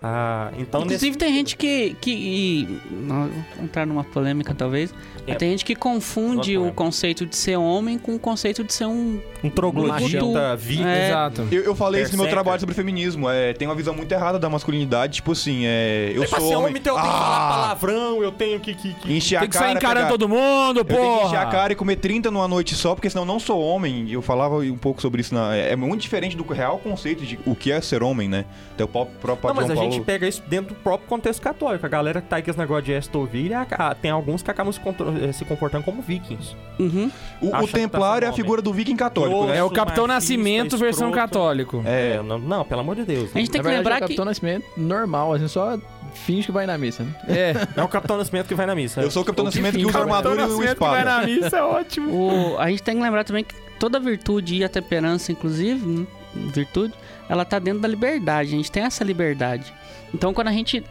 Ah, então nesse.
Inclusive tem gente que. que e- não, vou entrar numa polêmica talvez.
É.
mas Tem gente que
Uma
confunde o
polêmica.
conceito de ser homem com o conceito de ser um.
Um troglodita,
Machão.
vi.
É.
Exato.
Eu, eu falei isso no meu
Berserker.
trabalho sobre feminismo. É, tem uma visão muito errada da masculinidade, tipo assim, é. Eu
É pra
sou
ser
homem.
homem, então eu tenho que falar
Ah!
palavrão, eu tenho que. que, que-
Encher
Tem
a
que
cara.
sair encarando
pegar-
todo mundo,
Eu tenho que encher
porra!
a cara e comer 30 numa noite só, porque senão eu não sou homem. E Eu falava um pouco sobre isso. Na... É muito diferente do real conceito de o que é ser homem, né? Até o próprio próprio
Não,
Padre
mas a
João Paulo...
gente pega isso dentro do próprio contexto católico. A galera que tá aí com esse negócio de estovilha, a- a- tem alguns que acabam se, contro- eh, se comportando como vikings.
Uhum.
O- O,
acha que tá
Templário é a
sendo
figura do viking católico,
Eu-
né?
É o Capitão
Machista,
Nascimento, versão
escroto.
católico.
É.
não, não, pelo amor de Deus.
A gente tem
Na
que
verdade,
lembrar
é o
que.
Capitão Nascimento normal, assim, só finge que vai na missa, né?
É.
É o Capitão Nascimento que vai na missa.
Eu sou o Capitão
Ou que
Nascimento que
fim,
usa
Capitão
armadura e uma espada.
missa é ótimo.
O- a gente tem que lembrar também que toda virtude e a temperança, inclusive, hum, virtude, ela tá dentro da liberdade. A gente tem essa liberdade. Então, quando a gente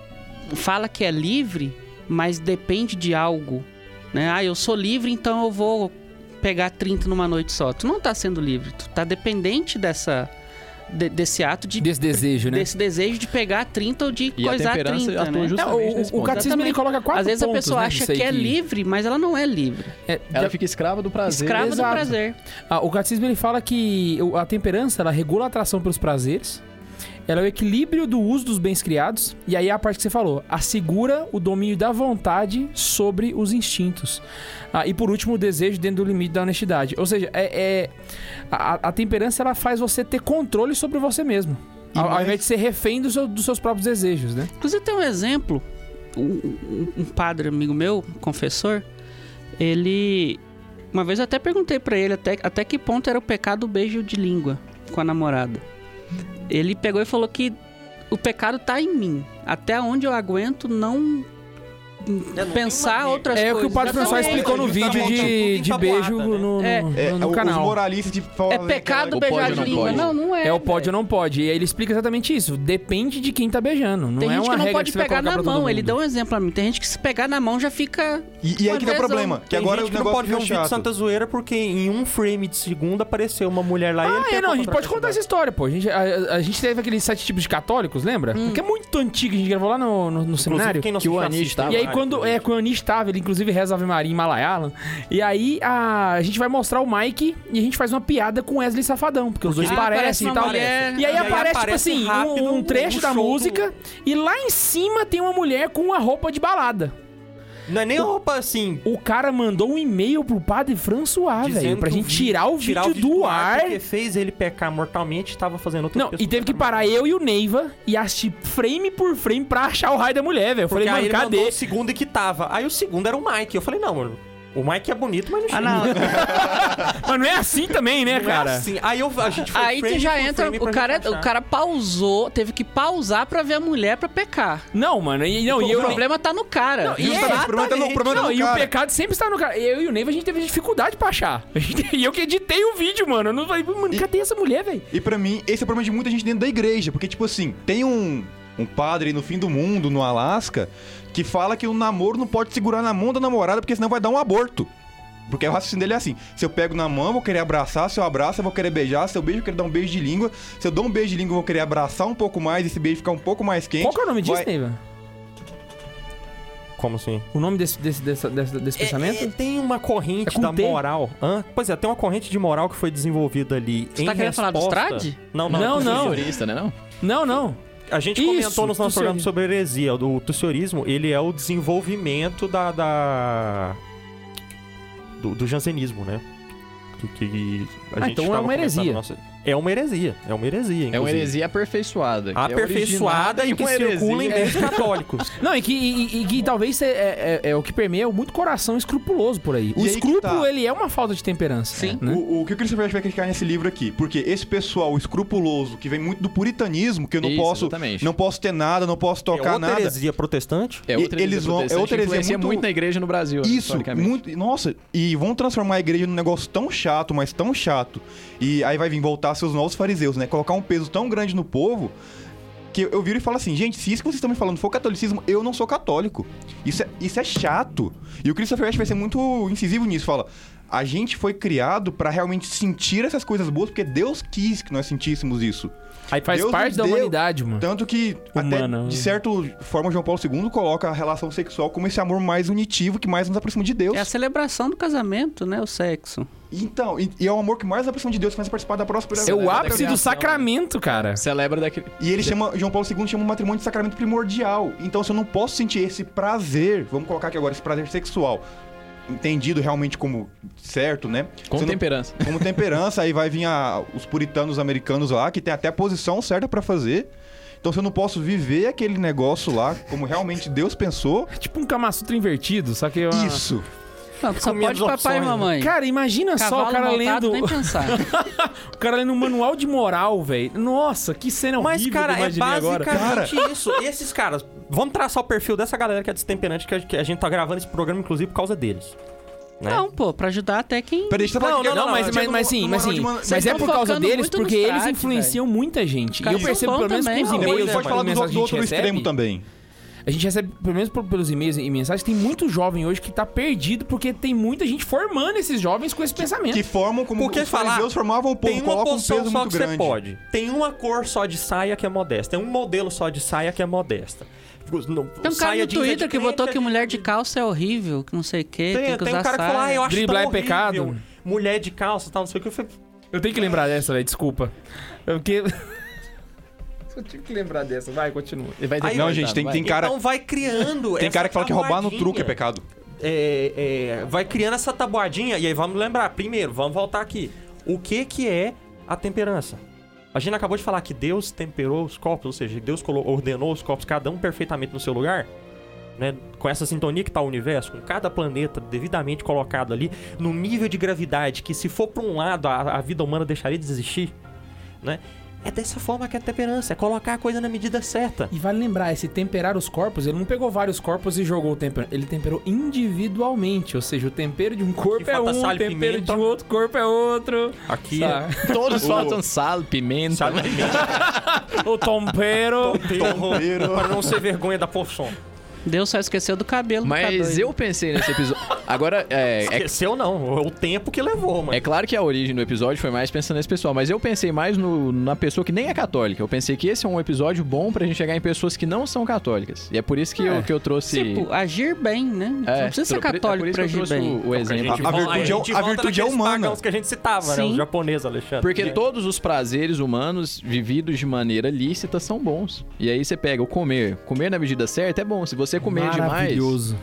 fala que é livre, mas depende de algo, né? Ah, eu sou livre, então eu vou pegar 30 numa noite só. Tu não tá sendo livre, tu tá dependente dessa de- desse ato de.
Desse desejo, né?
Desse desejo de pegar a 30 ou de
E a
coisar a
temperança
30.
atua
né?
justa-
É, o-
justamente nesse
o, o
ponto.
catecismo ele
Exatamente.
coloca quatro
Às vezes a
pontos,
pessoa
né,
acha
disso
que,
aí
é livre, mas ela não é livre.
É,
Ela
já-
fica escrava do prazer.
Escrava do
Exato.
prazer.
Ah, o catecismo ele fala que o- a temperança ela regula a atração pelos prazeres, ela é o equilíbrio do uso dos bens criados, e aí é a parte que você falou, assegura o domínio da vontade sobre os instintos. Ah, e por último, o desejo dentro do limite da honestidade. Ou seja, é, é- a, a- a temperança ela faz você ter controle sobre você mesmo.
E
Ao, ao
mais-
invés de ser refém do seu- dos seus próprios desejos, né?
Inclusive tem um exemplo, um, um- um padre amigo meu, confessor, ele uma vez eu até perguntei pra ele até, até que ponto era o pecado o beijo de língua com a namorada. Ele pegou e falou que o pecado tá em mim, até onde eu aguento não pensar outras
É o
coisas.
que o Padre François
Exatamente.
explicou no vídeo de, de beijo no, no-
É.
no-
É,
no
o-
canal.
Os moralistas de falar
É pecado
O
beijar
pode
de
ou não
língua.
pode?
Não, não é.
É o pode
velho.
ou não pode. E aí ele explica exatamente isso. Depende de quem tá beijando. Não
Tem
é
gente
uma
que não
regra
pode
você vai
pegar
colocar
na
pra todo
mão.
mundo.
Ele deu um exemplo pra mim. Tem gente que se pegar na mão já fica.
E, e aí que dá
Uma
problema.
vezão.
Que agora
gente
o
que não
negócio
pode ver um
fica
vídeo de
chato.
Santa Zoeira porque em um frame de segundo apareceu uma mulher lá e ele
Ah,
um
é,
pegou
não, a gente
contra
pode contar essa história, pô. A gente, a- a- a gente teve aqueles sete tipos de católicos, lembra?
Hum.
Que é muito antigo, a gente gravou lá no, no, no
Inclusive,
seminário.
quem não
Que o
assistiu,
Anis
assista.
tava
Tem
E aí,
vários,
quando
inclusive.
é quando o Anis estava, ele inclusive reza Ave Maria em Malayalam. E aí a, a gente vai mostrar o Mike e a gente faz uma piada com Wesley Safadão, porque os dois
Ah, aparece
parecem e
uma
tal.
mulher.
E aí,
E aí
aparece, tipo
aparece
assim,
rápido
um, um
o
trecho da
show do-
música e lá em cima tem uma mulher com uma roupa de balada.
Não é nem roupa assim.
O cara mandou um e-mail pro padre François,
dizendo
Ah, velho, pra
que
gente
vi-
tirar o, vídeo do ar.
Porque fez ele pecar mortalmente e tava fazendo outra
Não, e teve que parar eu e o Neiva e assistir frame por frame pra achar o raio da mulher, velho. Eu
Porque
falei,
aí
mano,
ele mandou
cadê?
o segundo que tava. Aí o segundo era o Mike. Eu falei, não, mano. O Mike é bonito, mas não
Ah,
chega.
não.
Mas não é assim também, né,
Não é
cara?
assim. Aí eu, a gente foi
Aí tu
frame
já
por
entra.
frame
O
pra
cara, é-
gente
o
achar.
cara pausou, teve que pausar pra ver a mulher pra pecar.
Não, mano, e, não, e
o
eu.
é
problema tá no cara.
E é,
Justamente, o problema tá no- o problema tá
Não,
no
e o
cara.
pecado sempre está no cara. Eu e o Neiva, a gente teve dificuldade pra achar. E eu que editei o vídeo, mano. Eu não falei, mano, cadê essa mulher, velho?
E pra mim, esse é o problema de muita gente dentro da igreja. Porque, tipo assim, tem um, um padre no fim do mundo, no Alasca, que fala que o namoro não pode segurar na mão da namorada, porque senão vai dar um aborto. Porque o raciocínio dele é assim: se eu pego na mão, eu vou querer abraçar, se eu abraço, eu vou querer beijar, se eu beijo, eu quero dar um beijo de língua. Se eu dou um beijo de língua, eu vou querer abraçar um pouco mais, esse beijo ficar um pouco mais quente.
Qual que é o nome disso,
Vai-
Neiva?
Como assim?
O nome desse, desse, dessa- dessa- desse pensamento?
É, é, tem uma
É
corrente
com
da
T?
moral. Hã? Pois é, tem uma corrente de moral que foi desenvolvida ali.
Você
em
tá querendo falar do
resposta-
Strade?
Não, não.
Não,
do
não.
Tuciorismo.
Turista, né? Não?
Não, não.
A gente
Isso,
comentou nos
tuciorismo.
nossos programas sobre heresia. O tuciorismo, ele é o desenvolvimento da. da- do, do jansenismo, né? Que, que a
Ah,
gente
então é
tava
uma
comentando
heresia.
nossa- É uma heresia. É uma heresia.
É uma
inclusive.
heresia aperfeiçoada. que é
Aperfeiçoada
originada
e
de
que
uma heresia.
circula em meios católicos.
Não, e que, e- e- e que talvez é, é- é- é o que permeia muito coração escrupuloso por aí. O
E aí que
escrúpulo,
tá.
ele é uma falta de temperança.
Sim.
Né?
O, o que o Christopher vai criticar nesse livro aqui? Porque esse pessoal escrupuloso, que vem muito do puritanismo, que eu não
Isso,
posso.
exatamente.
Não posso ter nada, não posso
é
tocar
outra
nada.
heresia protestante.
É outra
E- eles vão- é
heresia.
outra
outra
heresia
heresia
muito-
muito na igreja no Brasil.
Isso,
historicamente.
muito. Nossa, e vão transformar a igreja num negócio tão chato, mas tão chato. E aí vai vir voltar seus novos fariseus, né? Colocar um peso tão grande no povo que eu, eu viro e falo assim, gente, se isso que vocês estão me falando for catolicismo, eu não sou católico. Isso é, isso é chato. E o Christopher Ash vai ser muito incisivo nisso, fala. A gente foi criado pra realmente sentir essas coisas boas, porque Deus quis que nós sentíssemos isso.
Aí faz
Deus
parte
nos
da
deu-
humanidade, mano.
Tanto que,
É. Humana.
até, de certa forma, João Paulo II coloca a relação sexual como esse amor mais unitivo, que mais nos aproxima de Deus.
É a celebração do casamento, né? O sexo.
Então, e, e é o amor que mais dá a pressão de Deus faz participar da próxima
É o
da
ápice do
assim,
criação,
sacramento, cara.
Celebra daquele.
E ele chama, João Paulo II chama o matrimônio de sacramento primordial. Então, se eu não posso sentir esse prazer, vamos colocar aqui agora, esse prazer sexual, entendido realmente como certo, né?
Com
Se eu não-
temperança.
como temperança, aí vai vir a- os puritanos americanos lá, que tem até a posição certa pra fazer. Então, se eu não posso viver aquele negócio lá, como realmente Deus pensou,
É tipo um Kama Sutra invertido, só que... é uma-
isso.
Não, só
menos
pode papai
opções,
e
né?
mamãe.
Cara, imagina só o cara
montado,
lendo...
Nem pensar.
É.
O cara lendo um manual de moral, velho. Nossa, que cena horrível
Mas, cara,
que eu
é
imaginei agora.
basicamente isso. Esses caras, vamos traçar o perfil dessa galera que é destemperante, que a- que a gente tá gravando esse programa, inclusive, por causa deles. né?
Não, pô, pra ajudar até quem.
Peraí, deixa eu
Não,
falar aqui,
Não,
eu-
mas,
eu
mas,
tinha
mas sim,
uma-
mas
uma-
sim.
uma-
Mas é
tão
por causa
focando
deles,
muito no
porque eles
Strade,
influenciam muita gente. E
Cara,
eu
eles
percebo,
são
pelo
bom
menos com os
também,
e-mails.
Depois
Deus,
pode
pelo
falar do
menos que a
outro,
gente
do outro
recebe,
extremo também.
A gente recebe, pelo menos por- pelos e-mails e mensagens, tem muito jovem hoje que tá perdido porque tem muita gente formando esses jovens com esse pensamento.
Que formam como
Porque
os
falar,
fariseus formavam o povo,
Tem uma
colocam um
posição
peso
só
muito
que
grande.
você pode. Tem uma cor só de saia que é modesta. Tem um modelo só de saia que é modesta. Não,
Tem um cara
saia
no
jeans é de
Twitter que
crente,
botou
é
que
de-
mulher de calça é horrível, que não sei o quê, tem,
Tem,
que
tem
usar
um cara que
saia.
fala, ah, eu acho
Driblar
tão
é pecado.
horrível. Mulher de calça e tal, não sei o que. Eu falei,
Eu tenho que lembrar dessa, velho, desculpa. É Porque. Eu tive que lembrar dessa, vai, continua.
Ele vai ter
Aí-
que
Não,
cortar,
gente, tem,
vai. Tá.
tem cara,
então vai criando.
tem
essa
cara que fala que roubar no
tabuadinha.
truque é pecado.
É, é, vai criando essa tabuadinha. E aí vamos lembrar, primeiro, vamos voltar aqui. O que que é a temperança? A gente acabou de falar que Deus temperou os corpos, ou seja, Deus colo- ordenou os corpos, cada um perfeitamente no seu lugar. Né? Com essa sintonia que tá o universo, com cada planeta devidamente colocado ali, no nível de gravidade, que se for para um lado a, a vida humana deixaria de existir. Né? É dessa forma que é a temperança, é colocar a coisa na medida certa.
E vale lembrar, esse temperar os corpos, ele não pegou vários corpos e jogou o tempero. Ele temperou individualmente, ou seja, o tempero de um corpo é
falta
um,
sal
o
e
tempero
pimenta.
de um outro corpo é outro.
Aqui,
Tá.
né?
Todos faltam sal, pimenta.
é
o tempero.
para não ser vergonha da porção.
Deus só esqueceu do
um
cabelo. tá
Mas
doido.
eu pensei nesse episódio. Agora, é, é,
Esqueceu não, é o tempo que levou, mano.
é claro que a origem do episódio foi mais pensando nesse pessoal, mas eu pensei mais no- na pessoa que nem é católica. Eu pensei que esse é um episódio bom pra gente chegar em pessoas que não são católicas. E é por isso que, eu, que eu trouxe.
Tipo, agir bem, né?
É,
não precisa ser
tro-
católico
é por
pra
isso que eu
agir
trouxe
bem.
o, o exemplo.
a virtude é-
um-
a virtude é humana.
que a gente citava, né? Os
Sim.
japoneses, Alexandre. Então,
Porque todos os prazeres humanos vividos de maneira lícita são bons. E aí você pega o comer. Comer na medida certa é bom. Se você comer demais,
Maravilhoso.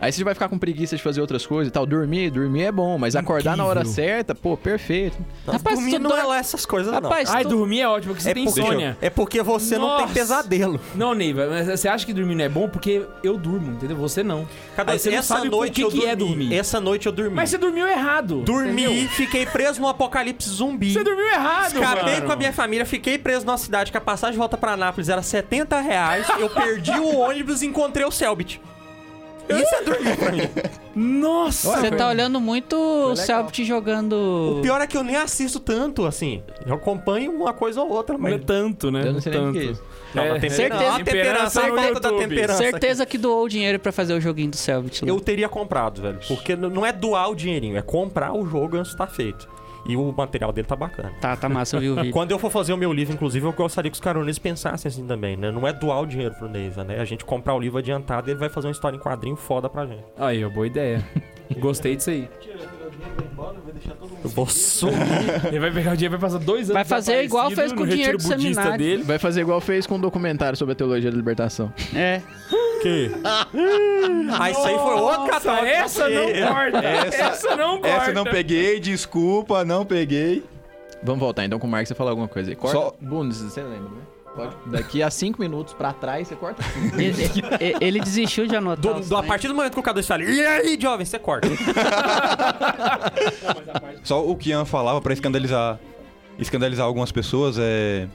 aí você vai ficar com preguiça de fazer outras coisas e tal. Dormir, dormir é bom, mas acordar na hora
Incrível.
certa, pô, perfeito.
tá
Rapaz,
dormir
tu tá-
não
dorme-
é lá essas coisas,
Rapaz,
Ai,
tu-
dormir é ótimo, porque você
não. É
tem
porque,
insônia.
é porque você não tem
Nossa.
pesadelo.
Não, Neiva, mas você acha que dormir não é bom? Porque eu durmo, entendeu? Você não. Aí você não
essa
sabe por
noite
que
eu
que
dormi.
é dormir.
Essa noite eu dormi.
Mas você dormiu errado.
dormi,
entendeu?
fiquei preso no apocalipse zumbi.
Você dormiu errado,
Acabei
mano.
com a minha família, fiquei preso numa cidade que a passagem de volta pra Anápolis era 70 reais. eu perdi o ônibus e encontrei o Selbit. Isso é dormir pra mim.
Nossa,
Você
velho.
tá olhando muito o
legal.
Selbit jogando.
O pior é que eu nem assisto tanto, assim. Eu acompanho uma coisa ou outra,
Não é
mas.
tanto, né?
Eu não sei nem o que é isso.
Não,
É,
mas tem-
certeza-
não, a temperança, é
temperança
a
no
falta da
YouTube.
temperança.
Certeza que doou o dinheiro pra fazer o joguinho do Selbit. lá.
Eu teria comprado, velho. Porque n- não é doar o dinheirinho, é comprar o jogo antes de estar feito. E o material dele tá bacana.
Tá, tá massa, eu vi o vídeo.
Quando eu for fazer o meu livro, inclusive, eu gostaria que os carones pensassem assim também, né? Não é doar o dinheiro pro Neiva, né? A gente comprar o livro adiantado e ele vai fazer uma história em quadrinho foda pra gente.
Aí, ó, boa ideia. Gostei disso aí.
Eu vou sumir.
Ele vai pegar o dinheiro, vai passar dois anos.
Vai fazer igual fez com o dinheiro do seminário.
dele.
Vai fazer igual fez com o documentário sobre a teologia da libertação.
É.
que... Ah, isso aí foi outro
Nossa,
catálogo.
essa não
É.
corta. Essa, não corta.
Essa eu não peguei, desculpa, não peguei.
Vamos voltar então com o Marcos você falar alguma coisa. aí. Corta.
Só-
Bundes, você lembra, né? Pode. Daqui a cinco minutos pra trás, você corta.
Ele, ele- ele desistiu de anotar.
Do,
os
do- a
trem.
partir do momento que o Cadu fala, e aí, jovem, você corta.
Só o que Ian falava pra escandalizar escandalizar algumas pessoas é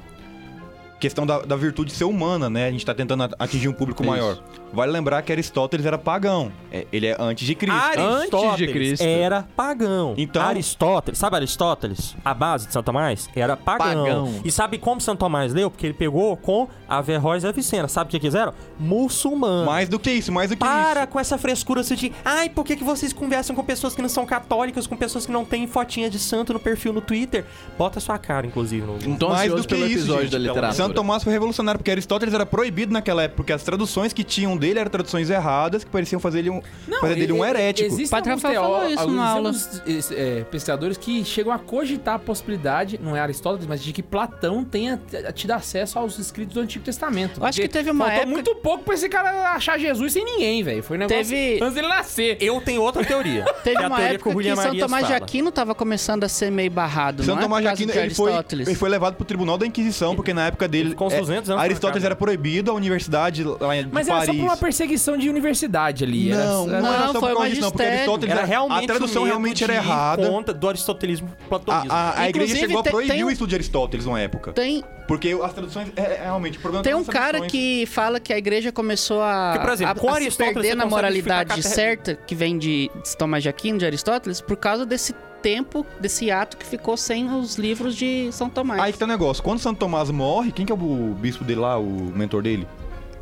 questão da, da virtude ser humana, né? A gente tá tentando a- atingir um público
Isso.
maior. Vale lembrar que Aristóteles era pagão. É, ele é antes de Cristo.
Aristóteles
Antes de Cristo.
era pagão.
Então-
Aristóteles, sabe Aristóteles? A base de Santo Tomás era pagão.
Pagão.
E sabe como Santo Tomás leu? Porque ele pegou com Averroes e Avicena. Sabe o que quiseram? Muçulmano.
Mais do que isso, mais do que
Para
isso.
com essa frescura assim de ai, por que, que vocês conversam com pessoas que não são católicas, com pessoas que não têm fotinha de santo no perfil no Twitter? Bota sua cara, inclusive, no.
Tô
Mais
ansioso
do que
pelo
isso,
episódio
gente,
da
pelo
literatura.
Santo Tomás foi revolucionário, porque Aristóteles era proibido naquela época, porque as traduções que tinham dele eram traduções erradas, que pareciam fazer, ele um, fazer dele um
e- e-
herético.
Existem
Padre
alguns,
Rafael falou
teó-
isso
alguns
numa
alguns, é, pesquisadores que chegam a cogitar a possibilidade, não é Aristóteles, mas de que Platão tenha t- tido acesso aos escritos do Antigo Testamento.
Eu acho
Porque
que teve uma
faltou
época-
muito pouco pra esse cara achar Jesus sem ninguém, velho. Foi um negócio
Teve-
antes dele nascer.
Eu tenho outra teoria. que
Teve
é a
uma
teoria que
época
o
que,
William
São
Marias
Tomás de
fala.
Aquino tava começando a ser meio barrado,
Santo
não é? Por
Tomás de
causa
Aquino
de
ele foi,
Aristóteles.
ele foi levado pro Tribunal da Inquisição, porque na época dele
ficou uns
é,
200 anos na
Aristóteles
cadeia.
era proibido, a universidade lá em
Mas era
Paris.
só por uma perseguição de universidade ali. era-
Não,
era-
não, era
Não,
só
foi
por
o
causa disso, não, porque
magistério.
Aristóteles
Era
era-
realmente
a tradução
o medo
realmente
de
era
ir
errada.
contra do aristotelismo pro platonismo.
A, a, a igreja
Inclusive,
chegou a
tem-
proibir
tem um-
o estudo de Aristóteles numa época.
Tem,
Porque as traduções. É, é realmente, o problema
tem
tá
um
nas
cara
traduções.
que fala que a igreja começou a,
Porque, por exemplo,
a-
com
a se
Aristóteles, você
perder na
consegue
moralidade
identificar até-
certa que vem de de Tomás de Aquino, de Aristóteles, por causa desse tempo, desse ato que ficou sem os livros de São Tomás.
Aí que tá o negócio. Quando Santo Tomás morre, quem que é o bispo dele lá, o mentor dele?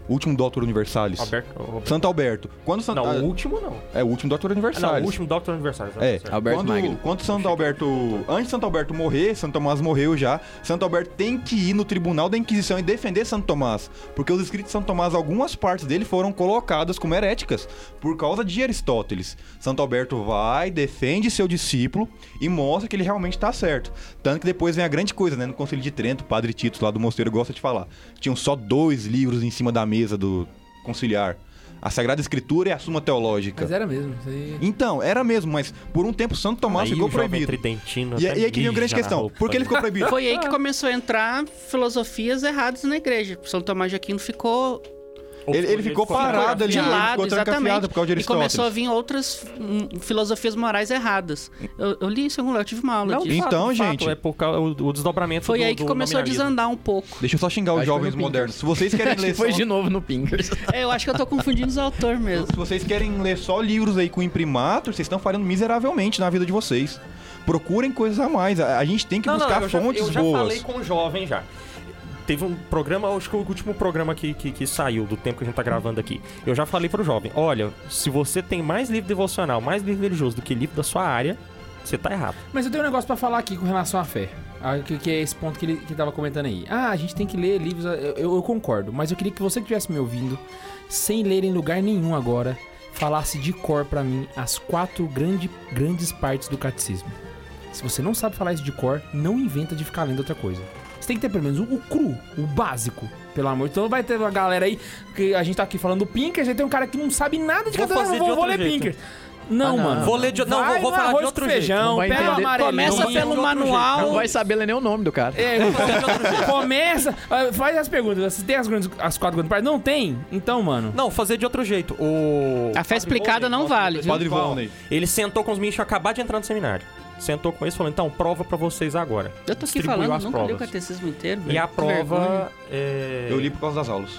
o último Doutor Universalis.
Alberto. Roberto.
Santo Alberto. Quando Santo...
Não,
ah,
o último não.
É o último Doutor
Tá. Ah, não,
Universalis.
o último Doctor Aniversário. tá
É,
certo.
Alberto
quando,
Magno.
Quando Santo Alberto. Antes de Santo Alberto morrer, Santo Tomás morreu já. Santo Alberto tem que ir no tribunal da Inquisição e defender Santo Tomás. Porque os escritos de Santo Tomás, algumas partes dele foram colocadas como heréticas por causa de Aristóteles. Santo Alberto vai, defende seu discípulo e mostra que ele realmente tá certo. Tanto que depois vem a grande coisa, né? No Conselho de Trento, o padre Tito lá do Mosteiro gosta de falar. Tinham só dois livros em cima da mesa do conciliar. A Sagrada Escritura e a Suma Teológica.
Mas era mesmo. Isso aí...
Então, era mesmo, mas por um tempo Santo Tomás
Aí
ficou
o jovem
proibido.
Tridentino
E,
até
e aí que vem a grande
mija na
questão.
roupa
Por que ele
dele.
ficou proibido?
Foi aí que começou a entrar filosofias erradas na igreja. São Tomás de Aquino ficou
Ou
Ele- ele ficou parado ali,
de
né?
lado,
Ficou trancafiado
exatamente.
por causa de
e começou a
Aristóteles.
vir outras hum, filosofias morais erradas. Eu, eu li isso em algum lugar, eu tive uma aula
Não,
disso.
de fato,
Então,
de fato,
gente.
É por causa o, o desdobramento
Foi
do-
aí que
do
começou a
nominalismo.
desandar um pouco.
Deixa eu só xingar os
Acho que foi
jovens
no Pinterest.
modernos. Se vocês querem
Acho que
ler
foi
só...
de novo no Pinkers.
É, eu acho que eu tô confundindo os autores mesmo.
Se vocês querem ler só livros aí com imprimatur, vocês estão falhando miseravelmente na vida de vocês. Procurem coisas a mais. A, a gente tem que
Não, não,
buscar
eu já-
fontes
Eu já falei
boas.
com o jovem já. Teve um programa, acho que o último programa que, que, que saiu do tempo que a gente tá gravando aqui. Eu já falei pro jovem: olha, se você tem mais livro devocional, mais livro religioso do que livro da sua área, você tá errado.
Mas eu tenho um negócio pra falar aqui com relação à fé. Ah, Que, que é esse ponto que ele, que ele tava comentando aí. Ah, a gente tem que ler livros. Eu, eu- eu concordo, mas eu queria que você que estivesse me ouvindo, sem ler em lugar nenhum agora, falasse de cor pra mim as quatro grande, grandes partes do catecismo. Se você não sabe falar isso de cor, não inventa de ficar lendo outra coisa. Você tem que ter pelo menos o, o cru, o básico, pelo amor de Deus. Então vai ter uma galera aí, que a gente tá aqui falando do Pinkers, aí tem um cara que não sabe nada de
Vou
catecismo.
fazer de
Vou, vou
outro
ler
jeito.
Pinkers. Não,
Ah, não.
mano.
Vou ler de- não,
Vai
vou- vou
no
falar de
arroz
outro
com
jeito.
feijão,
Não vai
pega o
entender.
amarelinho.
Começa
Não,
pelo
não,
Não
manual.
vai saber ler nem o nome do cara.
É, eu vou falar de outro jeito. começa, ah, faz as perguntas. Você tem as, grandes, as quatro grandes partes? Não tem? Então, mano.
Não, fazer de outro jeito. O.
A fé explicada não vale.
Padre Volney.
Ele sentou com os meninos que acabar de entrar no seminário. Sentou com eles e falou: então, prova pra vocês agora.
Eu tô aqui
Distribuiu
falando,
as
nunca li o
provas.
catecismo inteiro.
E
velho.
a
Que vergonha.
prova. é,
Eu li por causa das aulas.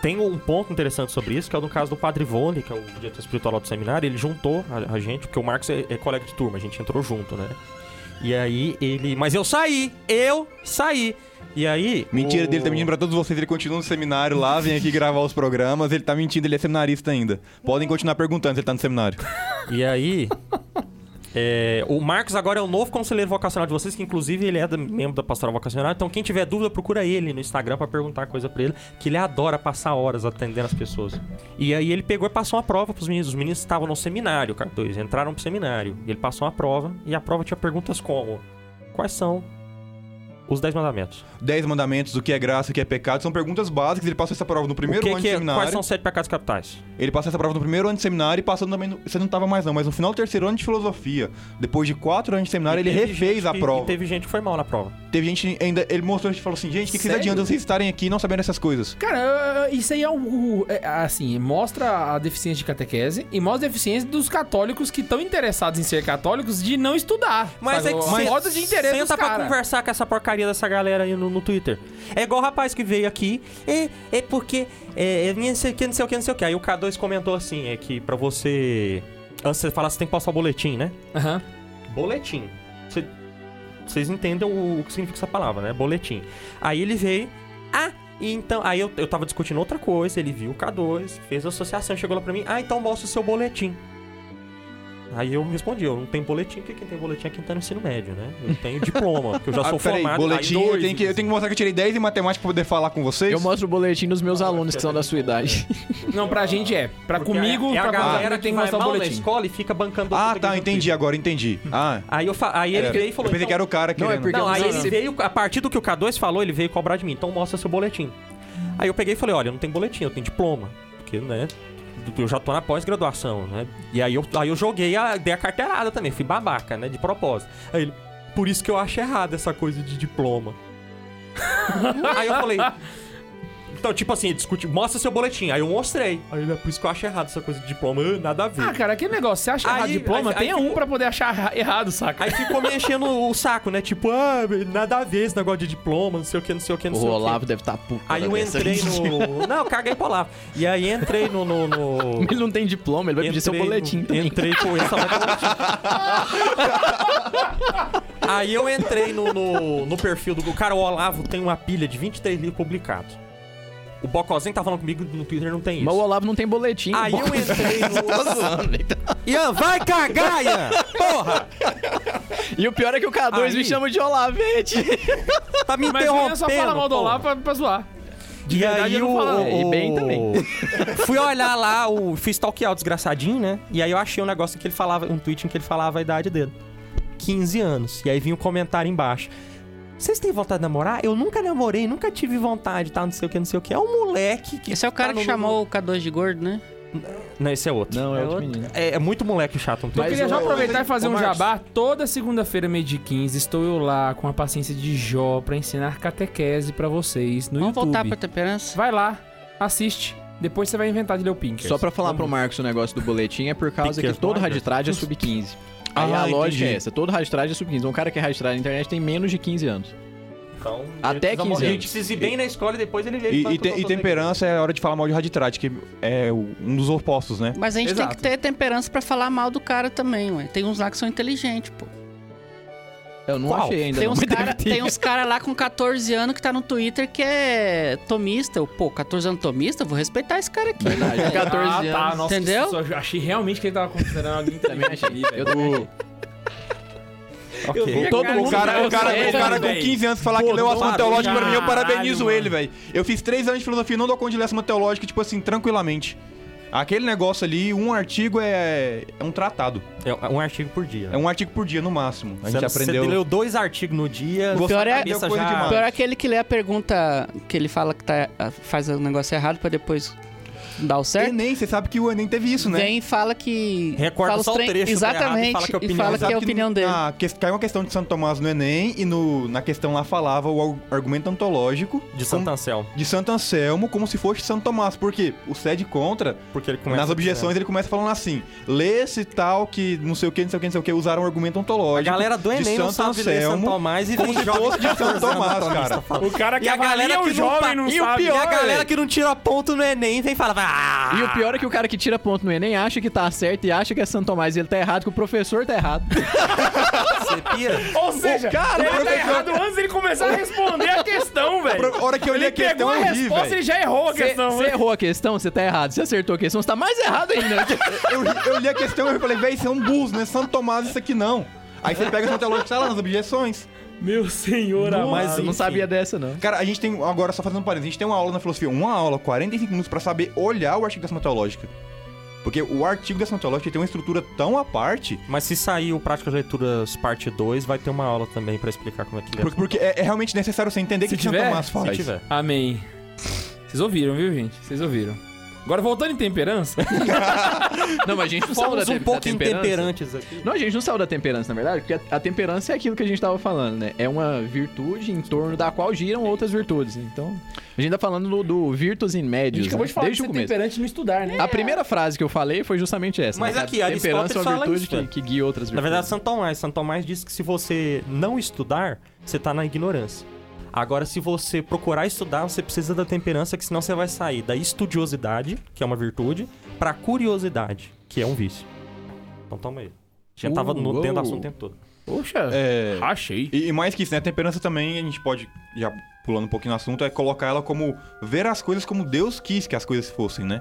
Tem um ponto interessante sobre isso, que é no caso do Padre Vone, que é o diretor espiritual lá do seminário, ele juntou a, a gente, porque o Marcos é, é colega de turma, a gente entrou junto, né? E aí ele. Mas eu saí! Eu saí! E aí.
Mentira
o-
dele, tá mentindo pra todos vocês. Ele continua no seminário lá, vem aqui gravar os programas. Ele tá mentindo, ele é seminarista ainda. Podem continuar perguntando se ele tá no seminário.
E aí. é, o Marcos agora é o novo conselheiro vocacional de vocês, que inclusive ele é da- membro da pastoral vocacional. Então, quem tiver dúvida, procura ele no Instagram pra perguntar coisa pra ele, que ele adora passar horas atendendo as pessoas. E aí ele pegou e passou uma prova pros meninos. Os meninos estavam no seminário, cara, dois, entraram pro seminário. E ele passou uma prova, e a prova tinha perguntas como: Quais são os 10 mandamentos?
Dez mandamentos, o que é graça, o que é pecado, são perguntas básicas. Ele passou essa prova no primeiro
o que
ano
que
de
é,
seminário.
quais são os 7 pecados capitais?
Ele passou essa prova no primeiro ano de seminário e passando também. No, você não tava mais, não, mas no final do terceiro ano de filosofia, depois de quatro anos de seminário,
E
ele
teve
refez
gente
a
que-
prova.
E
Teve...
teve gente que foi mal na prova.
gente ainda. Ele mostrou e falou assim: gente, o que, que vocês
Sério?
adianta vocês estarem aqui e não sabendo essas coisas?
Cara, eu- eu- isso aí é um. o- é, assim, mostra a deficiência de catequese e mostra a deficiência dos católicos que estão interessados em ser católicos de não estudar.
Mas é
sabe?
que
O
cê-
modo de interesse dos
senta pra
caras.
conversar com essa porcaria dessa galera aí no, no Twitter. É igual o rapaz que veio aqui, é, é porque, é, é não sei o que, não sei o que, não sei o que. Aí o K2 comentou assim, é que pra você... Antes de você falar, você tem que passar o boletim, né?
Aham.
Boletim. Cê- Vocês entendem o, o que significa essa palavra, né? Boletim. Aí ele veio... Ah, então... Aí eu, eu tava discutindo outra coisa, ele viu o K2, fez a associação, chegou lá pra mim. Ah, então mostra o seu boletim. Aí eu respondi, eu não tenho boletim, porque quem tem boletim é quem tá no ensino médio, né? Eu tenho diploma, porque eu já sou formado.
Ah, boletim,
aí
eu
dois,
tenho, que, eu tenho que mostrar que eu tirei 10 em matemática pra poder falar com vocês.
Eu mostro o boletim dos meus alunos que são da sua idade.
Não, pra gente é. Pra
porque
comigo,
é, é a
pra
galera
comigo,
que
tem que
vai
mostrar o
mal na
boletim.
escola e fica bancando...
Ah,
outra
tá,
coisa no
entendi
Twitter.
agora, entendi. Ah.
Aí, eu fa... aí Hum. ele
é,
veio e falou...
eu pensei
então-
que era o cara
Não, é
querendo.
porque-
Não,
eu
aí
não
ele
sei se-
veio, a partir do que o K2 falou, ele veio cobrar de mim. Então mostra seu boletim. Aí eu peguei e falei, olha, eu não tenho boletim, eu tenho diploma. Porque, né, eu já tô na pós-graduação, né? E aí eu, aí eu joguei, a, dei a carteirada também, fui babaca, né, de propósito. Aí ele, por isso que eu acho errado essa coisa de diploma. aí eu falei... Então, tipo assim, discute, mostra seu boletim. Aí eu mostrei. Aí ele, é por isso que eu acho errado essa coisa de diploma. Ah, Nada a ver.
Ah, cara, aquele negócio, você acha
Aí-
errado diploma?
aí- aí
Tenha um
ficou-
pra poder achar errado, saca?
Aí ficou me enchendo o saco, né? Tipo, ah, velho, nada a ver esse negócio de diploma, não sei o que, não sei o que, não
O
sei o que.
Olavo deve estar puto.
Aí eu
né, dessa
entrei
vez.
no. Não, eu caguei pra lá. E aí entrei no. no, no...
Ele não tem diploma, ele vai pedir seu
entrei no-
boletim também.
Entrei com ele, só vai boletim. Aí eu entrei no, no, no perfil do. Cara, o Olavo tem uma pilha de 23 livros publicados. O Bocozinho tá falando comigo no Twitter, não tem isso.
Mas o Olavo não tem boletim.
Aí
bom.
eu entrei no...
zoando, então.
Ian, vai cagar, Ian! Porra!
E o pior é que o K2
Aí-
me chama de Olavete.
Tá me
Mas
interrompendo.
eu só fala mal do
porra.
Olavo pra, pra zoar.
E
verdade,
aí
eu não
o...
falo.
É, E bem também.
Fui olhar lá, o... fiz stalkear o desgraçadinho, né? E aí eu achei um negócio que ele falava, um tweet em que ele falava a idade dele. 15 anos. E aí vinha um comentário embaixo. Vocês têm vontade de namorar? Eu nunca namorei, nunca tive vontade, tá? Não sei o que, não sei o que. É um moleque que.
Esse é o
tá
cara que
no-
chamou o K2 de gordo, né?
Não, esse é outro.
Não,
É
é outro
outro.
menino.
É, é muito moleque chato. Um
eu
tweet.
queria já
o-
aproveitar e fazer
ô,
um
Marcos.
jabá. Toda segunda-feira, meio de 15, estou eu lá com a paciência de Jó pra ensinar catequese pra vocês no
Vamos
YouTube.
voltar pra temperança?
Vai lá, assiste. Depois você vai inventar de ler o Pinkers.
Só pra falar pro Marcos o negócio do boletim, é por causa
Piquet
que todo
Marcos?
raditrade é sub-15. Aí
Ah,
a lógica
entendi.
é essa, todo raditrade é sub-15. Um cara que é raditrade na internet tem menos de 15 anos.
Então,
Até
ele precisa
15
morrer. Ele
anos.
precisa ir bem na escola e depois ele vê.
E,
fala
e
que eu
tem-
não
e
tô
temperança é a hora de falar mal de raditrate, que é o- um dos opostos, né?
Mas a gente
Exato.
tem que ter temperança pra falar mal do cara também, ué. Tem uns lá que são inteligentes, pô.
Eu não
Qual?
achei ainda.
Tem
não,
uns,
mas deve
cara,
ter.
tem uns cara lá com 14 anos que tá no Twitter que é tomista. Eu, pô, 14 anos tomista? Vou respeitar esse cara aqui.
Verdade,
né?
14
ah, tá,
anos.
nossa,
entendeu?
é
isso Eu achei realmente que ele tava considerando alguém também.
Eu também achei.
Ok.
vi a
Todo
é cara
o
do
cara, o cara,
Zé,
o cara com
velho.
15 anos falar que
Pô,
leu o assunto
tomado,
teológico pra mim, eu
caralho,
parabenizo
mano.
ele, velho. Eu fiz três anos de filosofia e não dou conta de ler assunto teológico, tipo assim, tranquilamente. Aquele negócio ali, um artigo é, é um tratado.
É um artigo por dia.
É um artigo por dia, no máximo. A gente
Você-
aprendeu.
Você leu dois artigos no dia.
O
pior é-
a cabeça
deu coisa
já-
demais.
Pior é aquele que lê a pergunta que ele fala que tá, faz o negócio errado pra depois dar o certo.
Enem, você sabe que o Enem teve isso, né?
Vem e fala que.
Recorta
fala os
só o
trem-
trecho do errado e fala
Exatamente.
que Ah, é a
E
opinião
fala
Sabe
que é a
que
opinião dele.
na que- caiu uma questão de Santo Tomás no Enem e no- na questão lá falava o ar- argumento ontológico
De
como-
Santo Anselmo.
de Santo Anselmo como se fosse Santo Tomás, porque o sede contra
Porque ele começa. assim, né?
Nas objeções ele começa falando assim: lê esse tal que não sei o que, não sei o que, não sei o que, usaram um argumento
A
ontológico.
galera do
de
Enem não sabe ler É tipo, Santo Tomás tá e
como
nem
se
joga
fosse de
carta
Santo Tomás, cara.
O cara que
E a galera
avalia
que tá-
o jovem não
e
sabe. né,
O pior, e a galera
que...
que não tira ponto no Enem vem falar. Ah!
E o pior é que o cara que tira ponto no Enem acha que tá certo e acha que é Santo Tomás e ele tá errado, que o professor tá errado.
Você pira.
Ou seja, ele
o
tá
professor-
errado antes de ele começar a responder a questão, velho.
A hora que eu li
Ele
a
pegou
questão,
a
eu ri,
resposta e
velho.
já errou a
Você
questão. né?
né?
você errou a questão, você tá errado. Você acertou a questão, você tá mais errado ainda.
Eu, ri- eu li a questão e eu falei: véi, isso é um burro, não é Santo Tomás isso aqui não. Aí você pega Santo Teológico e tá lá nas objeções.
Meu senhor,
mas
amado.
Eu não
enfim.
sabia dessa, não.
Cara, a gente tem, agora só fazendo um parênteses, a gente tem uma aula na filosofia, uma aula, 45 minutos pra saber olhar o artigo da Santa Teológica. Porque o artigo da Santa Teológica tem uma estrutura tão à parte
Mas se sair o Prática de Leituras parte 2, vai ter uma aula também pra explicar como é que é.
Porque, porque é, é realmente necessário você entender o
Se
que Santo
tiver,
Tomás faz.
Se tiver.
Amém. Vocês ouviram, viu, gente? Vocês ouviram. Agora, voltando em temperança,
Não, mas a gente não saiu
Somos
da, te-
um
da
pouco
temperança.
intemperantes aqui.
Não, a gente não saiu da temperança, na verdade, porque a, a temperança é aquilo que a gente tava falando, né? É uma virtude em torno da qual giram outras virtudes. Então, a gente tá falando do, do virtus in
a gente
medius,
acabou
né?
de falar de
desde o
ser
começo. Ah,
temperante e não estudar, né?
A primeira frase que eu falei foi justamente essa.
Mas
né?
aqui,
a
Aristóteles
temperança é uma
fala
virtude
isso, né?
que, que guia outras
Na
virtudes.
verdade, Santo Tomás. Santo Tomás diz que se você não estudar, você tá na ignorância. Agora, se você procurar estudar, você precisa da temperança, que senão você vai sair da estudiosidade, que é uma virtude, pra curiosidade, que é um vício. Então toma aí. Já
Uh,
tava no, dentro do
uou.
assunto o tempo todo.
Poxa,
É,
achei.
E, e mais que isso, né? A temperança também, a gente pode, já pulando um pouquinho no assunto, é colocar ela como ver as coisas como Deus quis que as coisas fossem, né?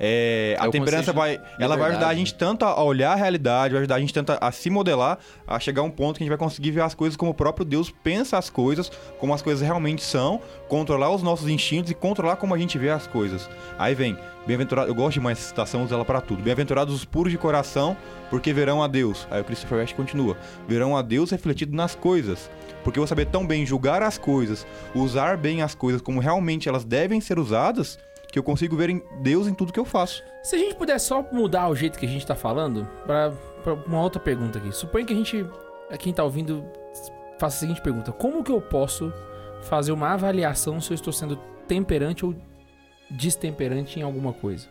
É, a
É o
temperança
conceito
vai. Ela vai
liberdade,
ajudar a
né?
gente tanto a olhar a realidade, vai ajudar a gente tanto a, a se modelar, a chegar a um ponto que a gente vai conseguir ver as coisas como o próprio Deus pensa as coisas, como as coisas realmente são, controlar os nossos instintos e controlar como a gente vê as coisas. Aí vem, bem-aventurado, eu gosto de mais citação, uso ela pra tudo. Bem-aventurados os puros de coração, porque verão a Deus. Aí o Christopher West continua: verão a Deus refletido nas coisas. Porque eu vou saber tão bem julgar as coisas, usar bem as coisas como realmente elas devem ser usadas, que eu consigo ver em Deus em tudo que eu faço.
Se a gente puder só mudar o jeito que a gente tá falando, pra, pra uma outra pergunta aqui. Suponha que a gente, quem tá ouvindo, faça a seguinte pergunta: Como que eu posso fazer uma avaliação se eu estou sendo temperante ou destemperante em alguma coisa?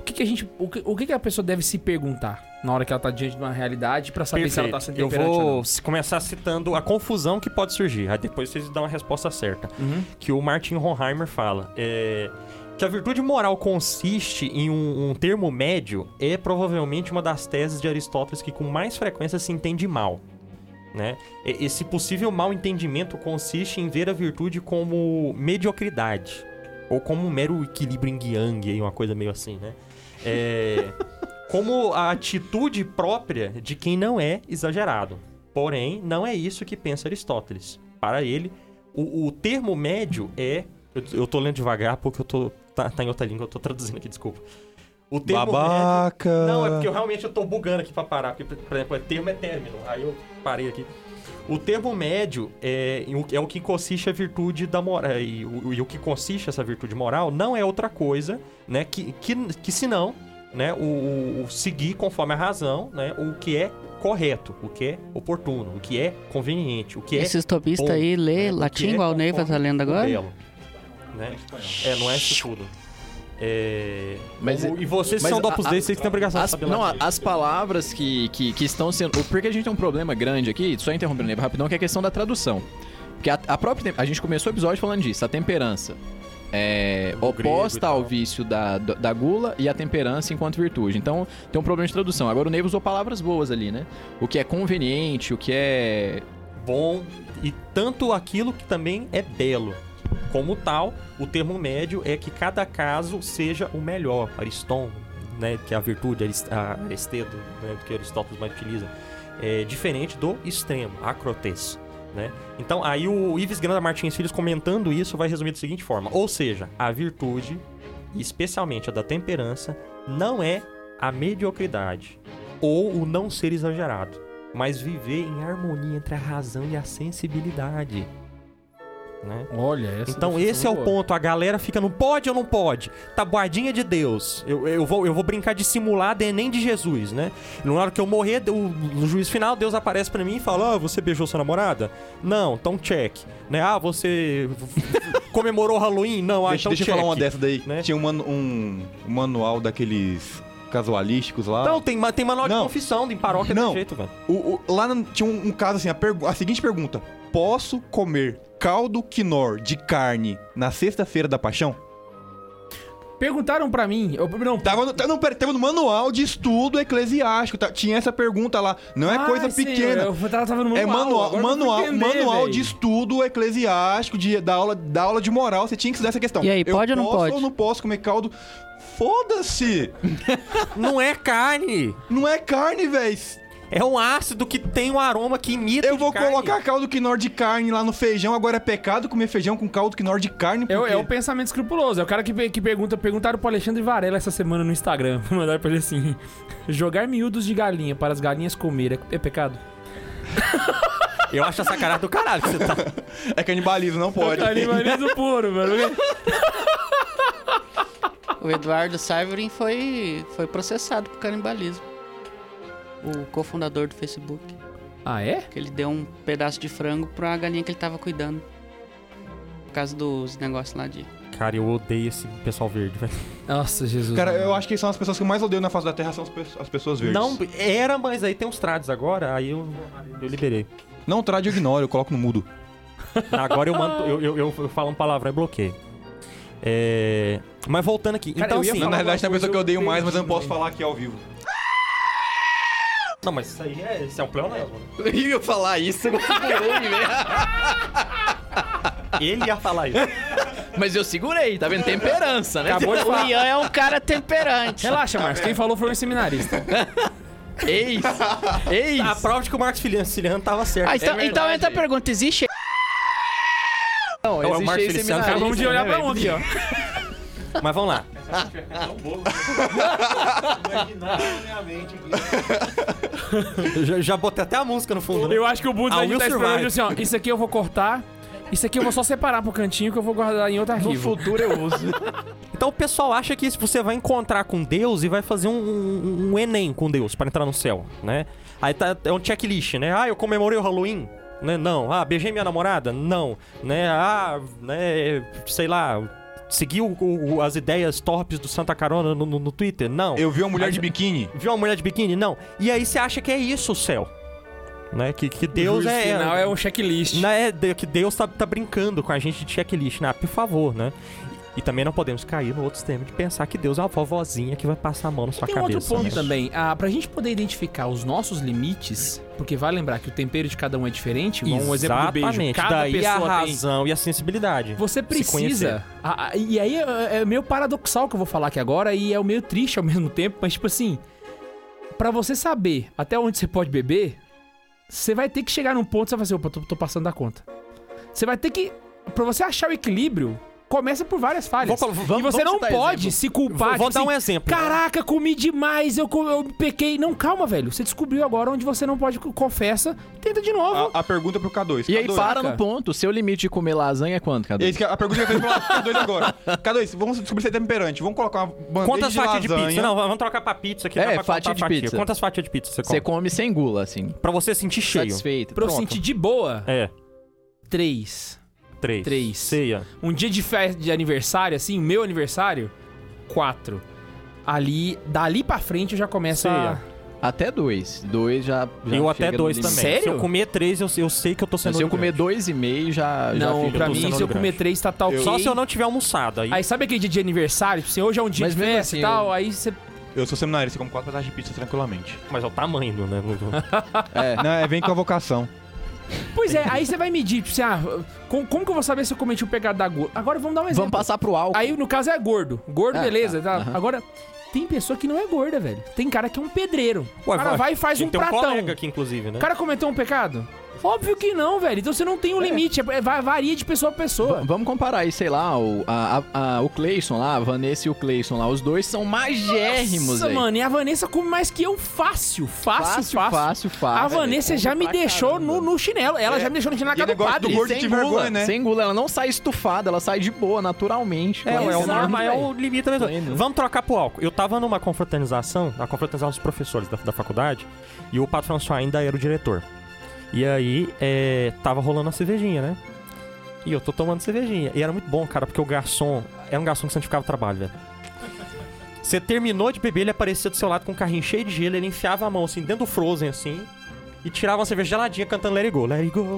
O que, que a gente, o que, o que que a pessoa deve se perguntar na hora que ela tá diante de uma realidade pra saber se ela tá sendo
Eu
temperante ou
vou
não?
começar citando a confusão que pode surgir. Aí depois vocês dão a resposta certa.
Uhum.
que o Martin Horkheimer fala. é, que a virtude moral consiste em um, um termo médio é provavelmente uma das teses de Aristóteles que com mais frequência se entende mal. Né? E- Esse possível mal entendimento consiste em ver a virtude como mediocridade. Ou como um mero equilíbrio em yang, aí, uma coisa meio assim, né? É, como a atitude própria de quem não é exagerado. Porém, não é isso que pensa Aristóteles. Para ele, o, o termo médio é. Eu, eu tô lendo devagar porque eu tô. Tá, tá em outra língua, eu tô traduzindo aqui, desculpa. O termo médio.
Babaca.
Não, é porque eu realmente eu tô bugando aqui pra parar. Porque, por exemplo, é termo é término. Aí eu parei aqui. O termo médio é, é o que consiste a virtude da moral. E, o- e o que consiste essa virtude moral não é outra coisa, né? Que, que, que senão, né? O, o- o seguir conforme a razão, né? O que é correto, o que é oportuno, o que é conveniente, o que é.
Esses topistas
bom,
aí lê
né, o que
latim
é
igual o Neiva
conforme
tá lendo
o
agora?
belo, né? É, não é isso tudo. É,
Mas- é,
como- e vocês
mas
são do
a-
Opus
a-
é Dei, vocês têm a obrigação de
As,
saber
não, a-
latim.
as palavras que, que, que estão sendo. o- Porque a gente tem um problema grande aqui, só interrompendo ele rapidão, que é a questão da tradução. Porque a, a própria. tem- A gente começou o episódio falando disso, a temperança. É,
Do grego e
oposta
tal.
ao vício da, da, da gula e a temperança enquanto virtude. Então, tem um problema de tradução. Agora, o Neiva usou palavras boas ali, né? O que é conveniente, o que é.
bom e tanto aquilo que também é belo. Como tal, o termo médio é que cada caso seja o melhor. Ariston, né, que é a virtude, Arist- a- Aristedo, né, que Aristóteles mais utiliza, é diferente do extremo, acrotes. Né? Então, aí o Ives Granda Martins Filhos comentando isso vai resumir da seguinte forma: ou seja, a virtude, e especialmente a da temperança, não é a mediocridade ou o não ser exagerado mas viver em harmonia entre a razão e a sensibilidade. Né?
Olha, essa
Então
definição
esse é o
boa.
ponto, a galera fica no pode ou não pode, tá boadinha de Deus, eu, eu vou, eu vou brincar de simular de Enem de Jesus, né? Na hora que eu morrer, o, no juiz final, Deus aparece pra mim e fala, ah, você beijou sua namorada? Não, então check, né? Ah, você comemorou Halloween? Não, ah,
deixa
então
deixa eu
check.
falar uma dessa daí.
né?
Tinha um, manu- um- um manual daqueles casualísticos lá.
Não, tem, ma- tem manual de
Não.
confissão, tem paróquia
Não.
desse jeito, velho.
O- o- lá na- tinha um, um caso assim, a, pergu- a seguinte pergunta. Posso comer caldo quinor de carne na sexta-feira da paixão?
Perguntaram pra mim. Eu, não,
Tava no, tá- não, pera, tava no manual de estudo eclesiástico. tá- tinha essa pergunta lá. Não é
Ah,
coisa
sim,
pequena.
Eu, eu tava, tava no
é manual,
agora eu
manual,
fui entender,
manual
véi.
de estudo eclesiástico, de, da, aula, da aula de moral. Você tinha que estudar essa questão.
E aí,
Eu
pode ou não
posso
pode?
ou não posso comer caldo? Foda-se!
Não é carne,
Não é carne, véi.
é um ácido que tem um aroma que imita
Eu
de
vou
carne.
colocar caldo quinor de carne lá no feijão. Agora é pecado comer feijão com caldo quinor de carne?
É, o-
porque-
é o pensamento escrupuloso. É o cara que, pe- que pergunta. Perguntaram pro Alexandre Varela essa semana no Instagram. Mandaram pra ele assim: Jogar miúdos de galinha para as galinhas comer é, é pecado?
Eu acho a sacanagem do caralho que você tá...
É canibalismo, não pode.
Tá Animalismo puro, mano.
O Eduardo Saverin foi, foi processado por canibalismo. O cofundador do Facebook.
Ah, é?
Que ele deu um pedaço de frango pra galinha que ele tava cuidando. Por causa dos negócios lá de.
Cara, eu odeio esse pessoal verde, velho.
Nossa, Jesus.
Cara,
mano.
eu acho que são as pessoas que eu mais odeio na face da Terra, são as pe- as pessoas verdes.
Não, era, mas aí tem uns trades agora, aí eu, eu liberei.
não trade, eu ignoro, eu coloco no mudo.
Agora eu mando. Eu, eu, eu- eu falo um palavrão e bloqueio. É, Mas voltando aqui.
Cara,
então,
eu ia
assim.
na
falar-
realidade, tem a pessoa que eu odeio mais, mas eu não posso
perdi,
falar aqui ao vivo.
Não, mas isso aí é, isso é um pleonasmo. né?
Eu ia falar isso,
Ele ia falar isso.
mas eu segurei, tá vendo? Temperança, né?
Acabou de
O
falar.
Ian é um cara temperante.
Relaxa, Marcos. Quem falou foi um seminarista.
Eis! Eis!
A prova de que o Marcos Filiano, Siciliano tava certo.
Ah, então,
É
verdade.
então entra a pergunta: existe.
Não,
É o Marcos
esse
Feliciano.
seminarista,
Acabamos de olhar
né,
pra
velho?
ontem, ó.
Mas vamos lá. Eu já, já botei até a música no fundo. né?
Eu acho que o Bundes
Ah,
vai
Will
editar esse programa
Survive.
assim, ó. Isso aqui eu vou cortar. Isso aqui eu vou só separar pro cantinho que eu vou guardar em outro arquivo.
futuro eu uso.
Então o pessoal acha que você vai encontrar com Deus e vai fazer um, um- um Enem com Deus pra entrar no céu, né? Aí tá, é um checklist, né? Ah, eu comemorei o Halloween? Né? Não. Ah, beijei minha namorada? Não. Né? Ah, né? Sei lá, segui o- o- as ideias torpes do Santa Carona no, no- no Twitter? Não.
Eu vi uma mulher
Mas-
de biquíni.
Viu uma mulher de biquíni? Não. E aí você acha que é isso o céu, né? Que, que Deus
O
é...
final é um checklist.
Não é de- que Deus tá, tá brincando com a gente de checklist, né? Ah, por favor, né? E também não podemos cair no outro extremo de pensar que Deus é uma vovozinha que vai passar a mão na sua
Tem um
cabeça.
outro ponto
né?
também. Ah, pra gente poder identificar os nossos limites, porque vai lembrar que o tempero de cada um é diferente, igual um exemplo do beijo.
Exatamente.
Cada
Daí a
pessoa tem
razão e a sensibilidade.
Você
conhecer.
precisa. Ah, ah, e aí é, é meio paradoxal que eu vou falar aqui agora, e é meio triste ao mesmo tempo, mas tipo assim. Pra você saber até onde você pode beber, você vai ter que chegar num ponto que você vai fazer, opa, tô, tô passando da conta. Você vai ter que. Pra você achar o equilíbrio, começa por várias falhas.
Vou- vamos-
e você
vamos
não
citar
pode
exemplo.
se culpar.
Vou- vou
tipo
dar um
assim,
exemplo.
Caraca, comi demais, eu, co- eu pequei. Não, calma, velho. Você descobriu agora onde você não pode, confessa, tenta de novo.
Ah,
A, a pergunta é pro K2.
E aí
K2,
para
saca?
no ponto. Seu limite de comer lasanha é quanto,
né, É
Cadu?
isso que- a pergunta que eu fiz pro K2 agora. K2, vamos descobrir se é temperante. Vamos colocar uma bandeja
Quantas
de
fatias de
lasanha.
pizza? Não, vamos trocar pra pizza aqui.
É,
dá pra
fatia
contar
de pizza.
Quantas fatias de pizza você
Você
come?
come sem gula, assim.
Pra você
Tá
sentir cheio.
Satisfeito.
pra eu
pronto.
sentir de boa,
É,
três.
três.
Três.
Ceia.
Um dia de festa de aniversário, assim, meu aniversário, quatro. Ali, dali pra frente eu já começo a.
Até dois. Dois já. já
eu até
chega no
dois
limite.
também.
Sério?
Se eu comer três, eu, eu sei que eu tô sendo
Se eu comer
grande.
dois e meio, já. já
não,
fica-
pra
eu tô
mim,
sendo
se eu
grande.
comer três, tá tal.
Só se eu não tiver almoçado. Aí,
Aí sabe aquele dia de aniversário? Tipo assim, hoje é um dia
Mas
de
mesmo
festa e
assim,
tal,
eu-
aí você.
Eu sou seminário, você come quatro fatias de pizza tranquilamente.
Mas é o tamanho, do, né?
É.
Ah.
Não, é, vem com a vocação.
Pois é, aí você vai medir, tipo assim, ah, como, como que eu vou saber se eu cometi o pecado da gorda? Agora vamos dar um exemplo.
Vamos passar pro álcool.
Aí, no caso, é gordo. Gordo,
Ah,
beleza. tá.
tá. Aham.
Agora, tem pessoa que não é gorda, velho. Tem cara que é um pedreiro. O
Ué,
cara
vai-
vai e faz
Tem
um
um
pratão.
colega aqui, inclusive, né?
O cara cometeu um pecado? Óbvio que não, velho. Então você não tem um limite. É- é- va- varia de pessoa a pessoa.
V- Vamos comparar aí, sei lá, o, a, a- a- o Cleison lá, a Vanessa e o Cleison lá. Os dois são magérrimos,
Nossa,
velho.
mano. E a Vanessa come mais que eu fácil. Fácil, fácil.
Fácil, fácil, fácil.
a Vanessa já me deixou no, no chinelo. Ela já me deixou no chinelo na
E o
cara É do
negócio
padre.
do gordo
sem
de
gula,
vergonha, né?
Sem gula, ela não sai estufada, ela sai de boa, naturalmente.
É,
Ela
é o
Exato,
normal, é
velho.
o limite da
Pleno.
Vamos trocar pro álcool. Eu tava numa confraternização, na confraternização dos professores da, da faculdade, e o Pato François ainda era o diretor. E aí, é, tava rolando a cervejinha, né? E eu tô tomando cervejinha. E era muito bom, cara, porque o garçom era um garçom que santificava o trabalho, velho. Você terminou de beber, ele aparecia do seu lado com um carrinho cheio de gelo, ele enfiava a mão assim, dentro do Frozen, assim, e tirava uma cerveja geladinha cantando Let It Go, Let It Go.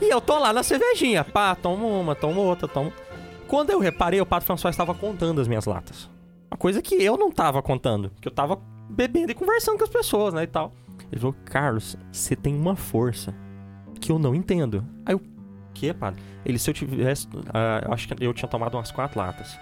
e eu tô lá na cervejinha, pá, tomo uma, tomo outra, tomo. Quando eu reparei, o Pato François estava contando as minhas latas. Uma coisa que eu não tava contando, que eu tava bebendo e conversando com as pessoas, né, e tal. Ele falou, Carlos, você tem uma força que eu não entendo. Aí eu, que, padre? Ele, se eu tivesse, ah, eu acho que eu tinha tomado umas quatro latas.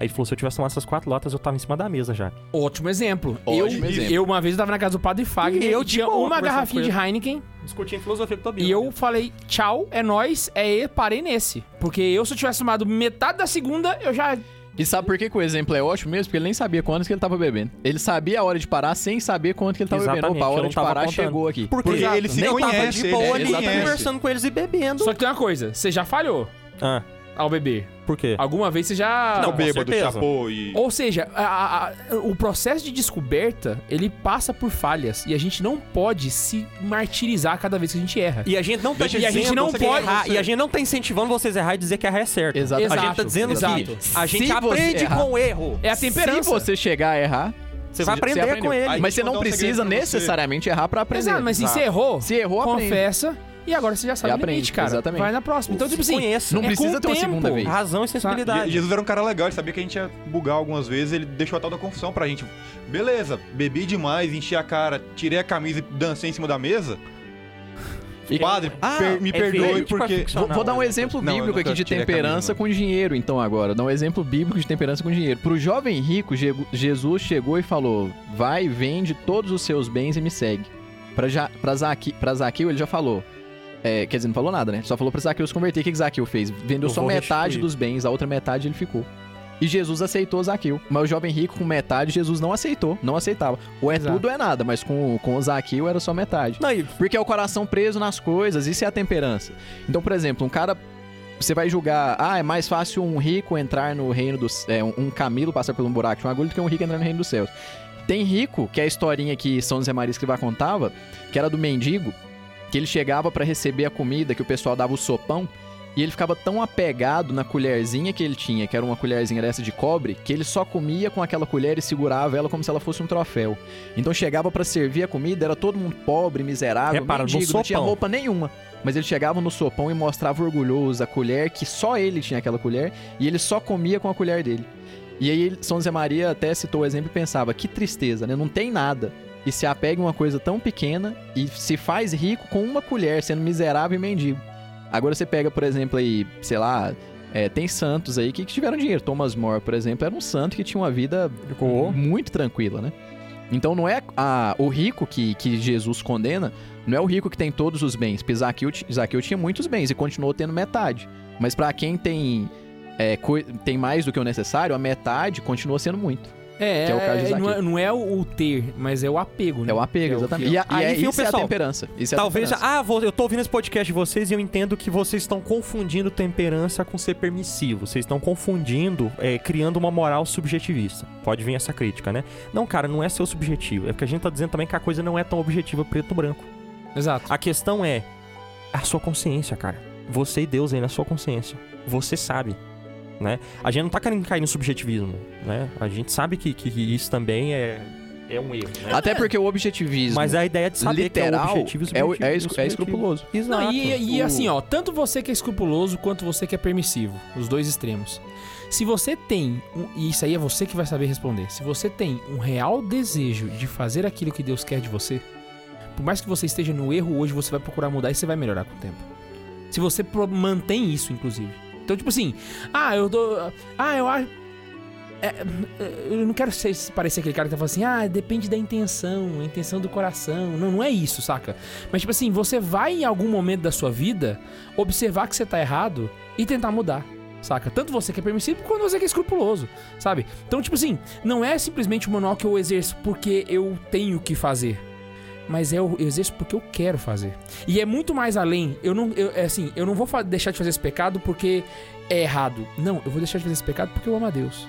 Aí ele falou, se eu tivesse tomado essas quatro latas, eu tava em cima da mesa já.
Ótimo exemplo.
Ótimo
eu,
exemplo.
eu, uma vez, eu tava na casa do padre Fagner.
E
eu
eu
tinha
de boa,
uma
conversando
garrafinha
com
de
ele.
Heineken.
Discutindo filosofia do Tobias.
E eu falei, tchau, é nóis, é e parei nesse. Porque eu, se eu tivesse tomado metade da segunda, eu já.
E sabe por que, que o exemplo é ótimo mesmo? Porque ele nem sabia quantos que ele tava bebendo. Ele sabia a hora de parar sem saber quanto que ele tava
Exatamente,
bebendo. Opa, a
eu
hora
não
de
tava
parar
contando.
chegou aqui.
Porque,
Porque
Exato.
ele se
Nem tava
conhece,
de boa
ele-
ali,
ele conhece.
conversando com eles e bebendo.
Só que tem uma coisa, você já falhou
Ah,
ao beber.
por quê?
Alguma vez você já.
Não,
Tô bêbado,
certeza.
chapô e...
Ou seja, a- a- a- o processo de descoberta, ele passa por falhas. E a gente não pode se martirizar cada vez que a gente erra.
E a gente não tá
Deixa eu
dizendo
dizer, você
que
quer
errar,
você.
e a gente não tá incentivando vocês a errar e dizer que errar é certo.
Exato.
A gente tá dizendo
Exato.
que a gente
Se você
aprende
errar-
com o erro.
É a
Se
temperança.
você chegar a errar,
Você vai aprender
aprendeu.
com ele.
Aí- deixa
mas você
eu
não
contar um
precisa
segredo pra você.
necessariamente errar pra aprender.
Exato, mas se
Exato.
você errou,
Se errou, aprende.
confessa. E agora você já sabe
E
o
aprende,
limite, cara.
exatamente.
Vai na próxima. Então,
Se
tipo assim,
conheça.
Não
é
precisa
com
ter uma
tempo.
segunda vez.
Razão e sensibilidade.
Je- Jesus era um cara legal, ele sabia que a gente ia bugar algumas vezes, ele deixou a tal da confusão pra gente. Beleza, bebi demais, enchi a cara, tirei a camisa e dancei em cima da mesa.
E-
Padre,
Ah,
per- me
é
perdoe
verde com a
porque...
ficção.
Vou, vou dar
Não,
um exemplo
né? não, eu
bíblico
nunca
aqui de
tirei a camisa,
temperança
não.
com dinheiro, então, agora. Dar um exemplo bíblico de temperança com dinheiro. Pro jovem rico, Je- Jesus chegou e falou: Vai, vende todos os seus bens e me segue. Pra, ja, pra, Zaque, pra Zaqueu, ele já falou. É, quer dizer, não falou nada, né? Só falou pra Zaqueu se converter. O que, que Zaqueu fez? Vendeu
Eu
só
vou
metade
restituir.
dos bens, a outra metade ele ficou. E Jesus aceitou Zaqueu. Mas o jovem rico com metade, Jesus não aceitou, não aceitava. Ou é
Exato.
tudo ou é nada, mas com, com Zaqueu era só metade.
Não, e-
Porque é o coração preso nas coisas, isso é a temperança. Então, por exemplo, um cara. Você vai julgar, ah, é mais fácil um rico entrar no reino dos. É, um um camelo passar por um buraco de uma agulha do que um rico entrar no reino dos céus. Tem rico, que é a historinha que São José Maria Escrivá contava, que era do mendigo, que ele chegava pra receber a comida, que o pessoal dava o sopão, E ele ficava tão apegado na colherzinha que ele tinha, que era uma colherzinha dessa de cobre, que ele só comia com aquela colher e segurava ela como se ela fosse um troféu. Então chegava pra servir a comida, era todo mundo pobre, miserável,
Repara, no
mendigo, não tinha
sopão.
roupa nenhuma. Mas ele chegava no sopão e mostrava orgulhoso a colher, que só ele tinha aquela colher, e ele só comia com a colher dele. E aí ele- São José Maria até citou o exemplo e pensava, que tristeza, né? Não tem nada. E se apega em uma coisa tão pequena e se faz rico com uma colher, sendo miserável e mendigo. Agora você pega, por exemplo, aí, sei lá, é, tem santos aí que, que tiveram dinheiro. Thomas More, por exemplo, era um santo que tinha uma vida muito tranquila, né? Então não é a- o rico que, que Jesus condena, não é o rico que tem todos os bens. Porque Zaqueu, ti- Zaqueu tinha muitos bens e continuou tendo metade. Mas pra quem tem, é, coi- tem mais do que o necessário, a metade continua sendo muito.
É,
Que é o caso de
é,
Zaqueu.
não é, não é o, o ter, mas é o
Uhum.
apego, né?
É o apego,
É o-
exatamente.
é
E,
o-
a, e
aí,
é,
viu,
isso é a
pessoal?
temperança. Isso é a
Talvez,
temperança.
ah, vou- eu tô ouvindo esse podcast de vocês e eu entendo que vocês estão confundindo temperança com ser permissivo. Vocês estão confundindo, é, criando uma moral subjetivista. Pode vir essa crítica, né? Não, cara, não é seu subjetivo. É porque a gente tá dizendo também que a coisa não é tão objetiva preto ou branco.
Exato.
A questão é a sua consciência, cara. Você e Deus aí na sua consciência. Você sabe, né? A gente não tá querendo cair no subjetivismo, né? A gente sabe que, que isso também é, é um erro, né?
Até porque o objetivismo
é
Mas a ideia de saber
literal
que é o objetivo
é, o-
subjetivo,
é escru- é
subjetivo.
escrupuloso.
Exato.
Não, e, e
O-
assim, ó, tanto você que é escrupuloso quanto você que é permissivo, os dois extremos. Se você tem, um- e isso aí é você que vai saber responder, se você tem um real desejo de fazer aquilo que Deus quer de você, por mais que você esteja no erro hoje, você vai procurar mudar e você vai melhorar com o tempo. Se você pro- mantém isso, inclusive. Então, tipo assim, ah, eu dou. Ah, eu acho. é, eu não quero ser, parecer aquele cara que tá falando assim, ah, depende da intenção, a intenção do coração. Não, não é isso, saca? Mas, tipo assim, você vai em algum momento da sua vida observar que você tá errado e tentar mudar. Saca? Tanto você que é permissivo quanto você que é escrupuloso, sabe? Então, tipo assim, não é simplesmente um manual que eu exerço porque eu tenho que fazer. Mas é eu eu exerço porque eu quero fazer. E é muito mais além. Eu não, eu, é assim, eu não vou fa- deixar de fazer esse pecado porque é errado. Não, eu vou deixar de fazer esse pecado porque eu amo a Deus.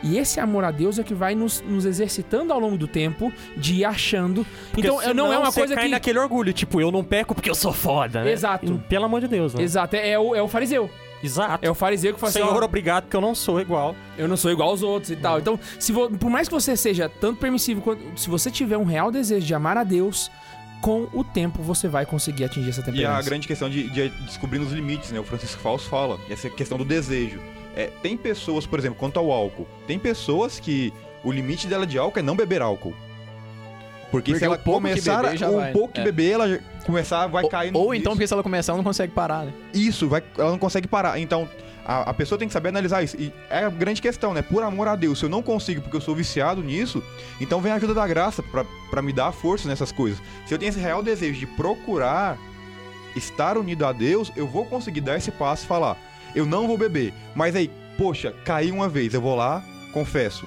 E esse amor a Deus é o que vai nos, nos exercitando ao longo do tempo de ir achando.
Porque
então, eu- não é
senão
uma
você
coisa
cai
que.
naquele orgulho, tipo, eu não peco porque eu sou foda, né?
Exato.
Pelo amor de Deus, né?
Exato, é, é o, é o fariseu.
Exato.
É o fariseu que fala assim,
Senhor,
ó,
obrigado, porque eu não sou igual.
eu não sou igual aos outros e tal. Então, se vo- por mais que você seja tanto permissivo quanto. Se você tiver um real desejo de amar a Deus, com o tempo você vai conseguir atingir essa
E a
temperança.
grande questão de, de descobrir os limites, né? O Francisco Fausto fala, essa questão do desejo. É, tem pessoas, por exemplo, quanto ao álcool, tem pessoas que o limite dela de álcool é não beber álcool. Porque,
Porque
se ela
o pouco que
começar,
beber já
o
vai,
pouco que
é.
beber, ela já começar, vai
Ou-
cair
ou,
vício.
então, porque se ela começar, ela não consegue parar, né?
Isso, vai, ela não consegue parar. Então, a, a pessoa tem que saber analisar isso. E é a grande questão, né? Por amor a Deus, se eu não consigo porque eu sou viciado nisso, então vem a ajuda da graça pra- pra me dar força nessas coisas. Se eu tenho esse real desejo de procurar estar unido a Deus, eu vou conseguir dar esse passo e falar: eu não vou beber. Mas aí, poxa, caí uma vez, eu vou lá, confesso.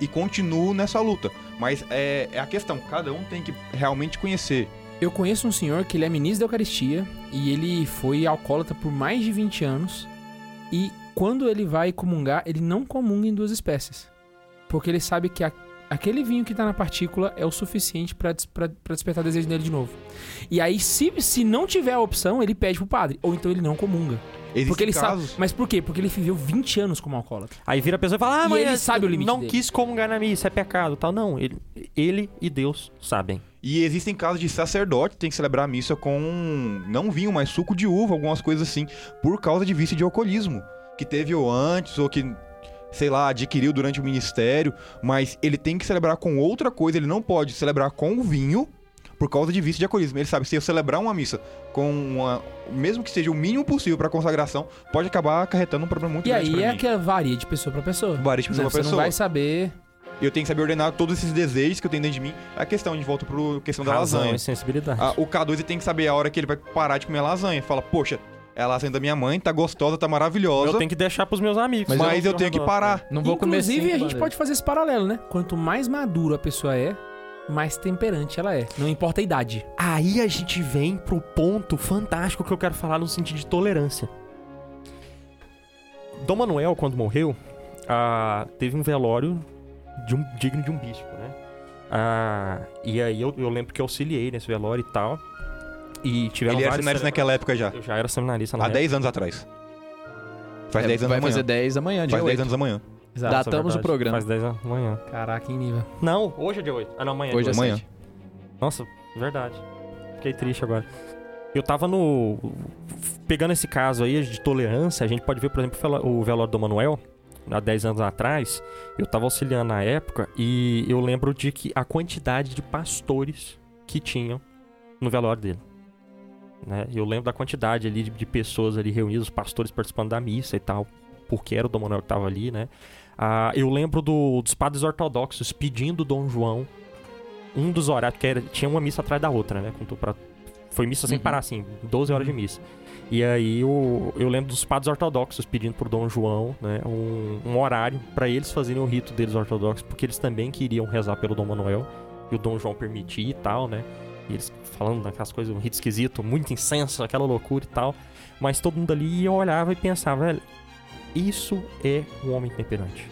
E continuo nessa luta. Mas é, é a questão, cada um tem que realmente conhecer.
Eu conheço um senhor que ele é ministro da Eucaristia e ele foi alcoólatra por mais de 20 anos. E quando ele vai comungar, ele não comunga em duas espécies. Porque ele sabe que a- aquele vinho que tá na partícula é o suficiente pra des- pra pra despertar desejo nele de novo. E aí, se, se não tiver a opção, ele pede pro padre. Ou então ele não comunga.
Existem
Porque ele
casos.
sabe. Mas por quê? Porque ele viveu 20 anos como alcoólatra.
Aí vira a pessoa e fala, ah,
E
mas
ele sabe o limite
não
dele.
quis comungar na missa, é pecado tal. Não, ele, ele e Deus sabem.
E existem casos de sacerdote que tem que celebrar a missa com não vinho, mas suco de uva, algumas coisas assim, por causa de vício de alcoolismo, que teve ou antes ou que sei lá, adquiriu durante o ministério, mas ele tem que celebrar com outra coisa, ele não pode celebrar com o vinho por causa de vício de alcoolismo. Ele sabe se eu celebrar uma missa com uma, mesmo que seja o mínimo possível para consagração, pode acabar acarretando um problema muito
E
grande
aí
pra
é
mim.
que varia de pessoa pra pessoa.
Varia de pessoa
Né?
pra
Você não
pessoa.
vai saber.
Eu tenho que saber ordenar todos esses desejos que eu tenho dentro de mim. É a questão de volta pro questão da
Razão
Então lasanha.
e sensibilidade.
Ah, o K2 ele tem que saber a hora que ele vai parar de comer lasanha. Fala, poxa, é a lasanha da minha mãe, tá gostosa, tá maravilhosa,
eu tenho que um deixar pros meus amigos.
mas, eu, tenho que parar.
Não vou comer
Inclusive,
cinco
a gente
bandeiras.
pode fazer esse paralelo, né? Quanto mais madura a pessoa é, mais temperante ela é. Não importa a idade.
Aí a gente vem pro ponto fantástico que eu quero falar no sentido de tolerância. Dom Manuel, quando morreu, ah, teve um velório de um- digno de um bispo, né? Ah, e aí eu, eu lembro que eu auxiliei nesse velório e tal. e tiveram
Ele era
vários...
seminarista naquela época já.
Eu já era seminarista na
Há 10 anos atrás. Faz
É,
10 anos
Vai
amanhã.
fazer 10 amanhã, dia
Faz 10
8.
anos amanhã.
Exato,
datamos
é verdade.
o programa.
Faz 10 anos da manhã.
Caraca, em nível.
Não, hoje é dia 8. Ah, não, amanhã. é
Hoje
dia oito.
é
amanhã.
sete.
Nossa, verdade. Fiquei triste agora. Eu tava no. Pegando esse caso aí de tolerância, a gente pode ver, por exemplo, o velo- o velório do Manuel, há 10 anos atrás. Eu tava auxiliando na época e eu lembro de que a quantidade de pastores que tinham no velório dele. Né? Eu lembro da quantidade ali de, de pessoas ali reunidas, os pastores participando da missa e tal, porque era o Dom Manuel que tava ali, né? Ah, eu lembro do- dos padres ortodoxos pedindo Dom João um dos horários, que era, tinha uma missa atrás da outra, né? Com tu- pra- foi missa sem
Uhum.
parar, assim, 12 horas de missa. E aí eu, eu lembro dos padres ortodoxos pedindo pro Dom João, né, um, um horário pra eles fazerem o rito deles ortodoxos, porque eles também queriam rezar pelo Dom Manuel, e o Dom João permitia e tal, né? E eles falando daquelas coisas, um rito esquisito, muito incenso, aquela loucura e tal. Mas todo mundo ali e eu olhava e pensava, velho, isso é um homem temperante.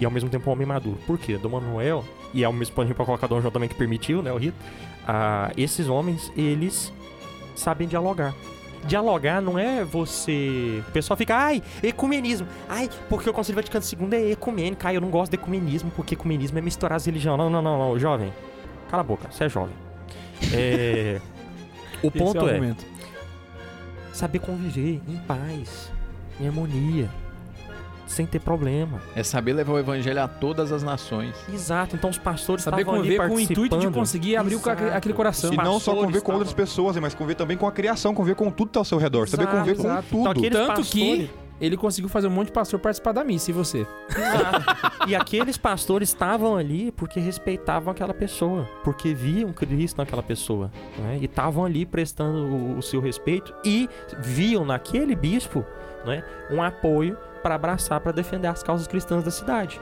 E ao mesmo tempo um homem maduro. Por quê? Dom Manuel, e ao mesmo tempo pra colocar Dom João também que permitiu, né, o rito, ah, esses homens, eles sabem dialogar. Dialogar não é você. O pessoal fica, ai, ecumenismo. Ai, porque o Conselho Vaticano II é ecumênico. Ai, eu não gosto de ecumenismo, porque ecumenismo é misturar as religiões. Não, não, não, não, jovem. Cala a boca, você é jovem. É, o ponto é
momento.
saber conviver em paz, em harmonia, sem ter problema.
É saber levar o evangelho a todas as nações.
Exato, então os pastores
Saber
estavam ali
conviver com o intuito de
participando.
conseguir abrir o ca-
Exato.
aquele coração.
E não só
pastores
conviver com outras
estavam-
pessoas, mas conviver também com a criação, conviver com tudo que tá ao seu redor. Saber
Exato,
conviver com
exato.
tudo.
Então, aqueles
Tanto
pastores-
Ele conseguiu fazer um monte de pastor participar da missa, e você?
Exato. e aqueles pastores estavam ali porque respeitavam aquela pessoa, porque viam Cristo naquela pessoa, né? E estavam ali prestando o, o seu respeito e viam naquele bispo, né, um apoio para abraçar, para defender as causas cristãs da cidade.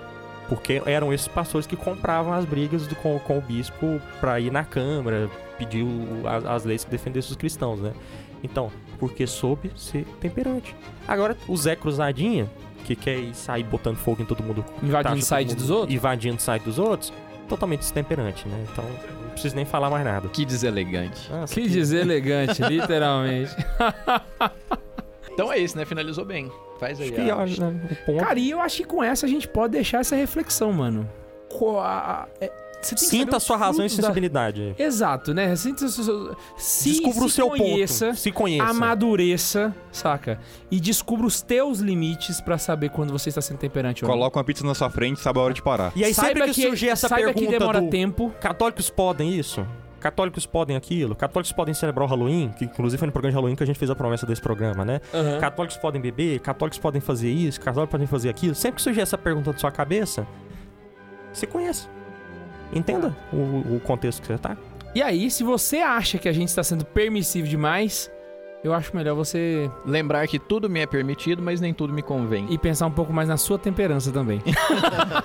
Porque eram esses pastores que compravam as brigas do- com, com o bispo para ir na Câmara, pedir o- as, as leis que defendessem os cristãos, né? Então, porque soube ser temperante. Agora, o Zé Cruzadinha, que quer ir sair botando fogo em todo mundo
Invadindo o
taxa todo
site
mundo-
dos outros?
Invadindo o site dos outros, totalmente destemperante, né? Então, não preciso nem falar mais nada.
Que deselegante.
Ah,
Nossa,
Que dizer elegante, literalmente.
Então é isso, né? Finalizou bem. Faz aí.
Acho que
a-
olha, né? o ponto.
Cara, e eu acho que com essa a gente pode deixar essa reflexão, mano. Co- a- a- é- você tem que saber
Sinta a
os
sua razão e
frutos da-
sensibilidade.
Exato, né? Sinta se, se,
Descubra
se
o seu
conheça,
ponto. Se conheça.
amadureça, saca? E descubra os teus limites pra saber quando você está sendo temperante ou não.
Coloca uma pizza na sua frente, sabe a hora de parar.
E aí,
saiba
sempre que, surgir essa
saiba
pergunta
que demora
do...
tempo.
Católicos podem isso? Católicos podem aquilo? Católicos podem celebrar o Halloween? Que inclusive foi no programa de Halloween que a gente fez a promessa desse programa, né? Católicos podem beber? Católicos podem fazer isso? Católicos podem fazer aquilo? Sempre que surgir essa pergunta na sua cabeça, você conhece. Entenda o, o contexto que você tá.
E aí, se você acha que a gente está sendo permissivo demais, eu acho melhor você
Lembrar que tudo me é permitido, mas nem tudo me convém.
ir pensar um pouco mais na sua temperança também.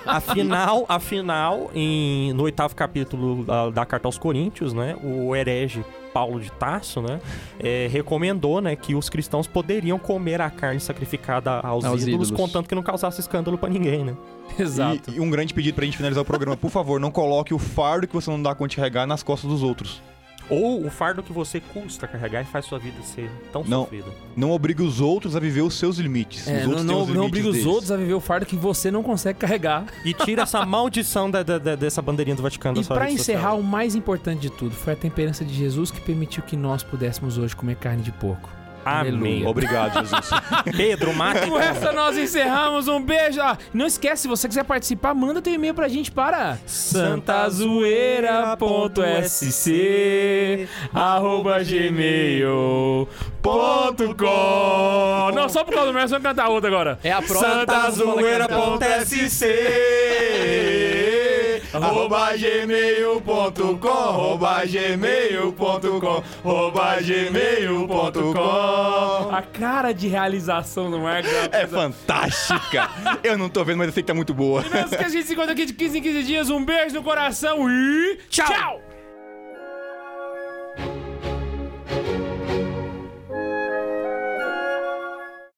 Afinal, afinal em, no oitavo capítulo da, da Carta aos Coríntios, né? O herege Paulo de Tarso, né? é, recomendou, né, que os cristãos poderiam comer a carne sacrificada aos,
Aos
ídolos,
ídolos.
contanto que não causasse escândalo pra ninguém, né?
Exato.
E, e um grande pedido pra gente finalizar o programa. Por favor, não coloque o fardo que você não dá conta de carregar nas costas dos outros.
Ou o fardo que você custa carregar e faz sua vida ser tão
Não.
sofrida.
Não obrigue os outros a viver os seus limites.
É,
os
não
outros têm
não,
os
não
limites
obriga os
deles.
outros a viver o fardo que você não consegue carregar.
E tira essa maldição da- da- da- dessa bandeirinha do Vaticano da
E
sua
pra
rede
encerrar,
né?
social.
o mais importante de tudo foi a temperança de Jesus que permitiu que nós pudéssemos hoje comer carne de porco.
Amém.
Aleluia.
Obrigado, Jesus.
Pedro, mata.
Com essa nós encerramos. Um beijo. Ah, Não esquece, se você quiser participar, manda teu e-mail pra gente para santazoeira.sc arroba gmail.com Não, só por causa do meu, vamos cantar outra agora.
É a prova.
santazoeira.sc
arroba gmail.com arroba gmail.com arroba gmail.com
A cara de realização do Marcos.
É fantástica! Eu não tô vendo, mas eu sei que tá muito boa.
Não esquece que a gente se encontra aqui de 15 em 15 dias. Um beijo no coração e tchau.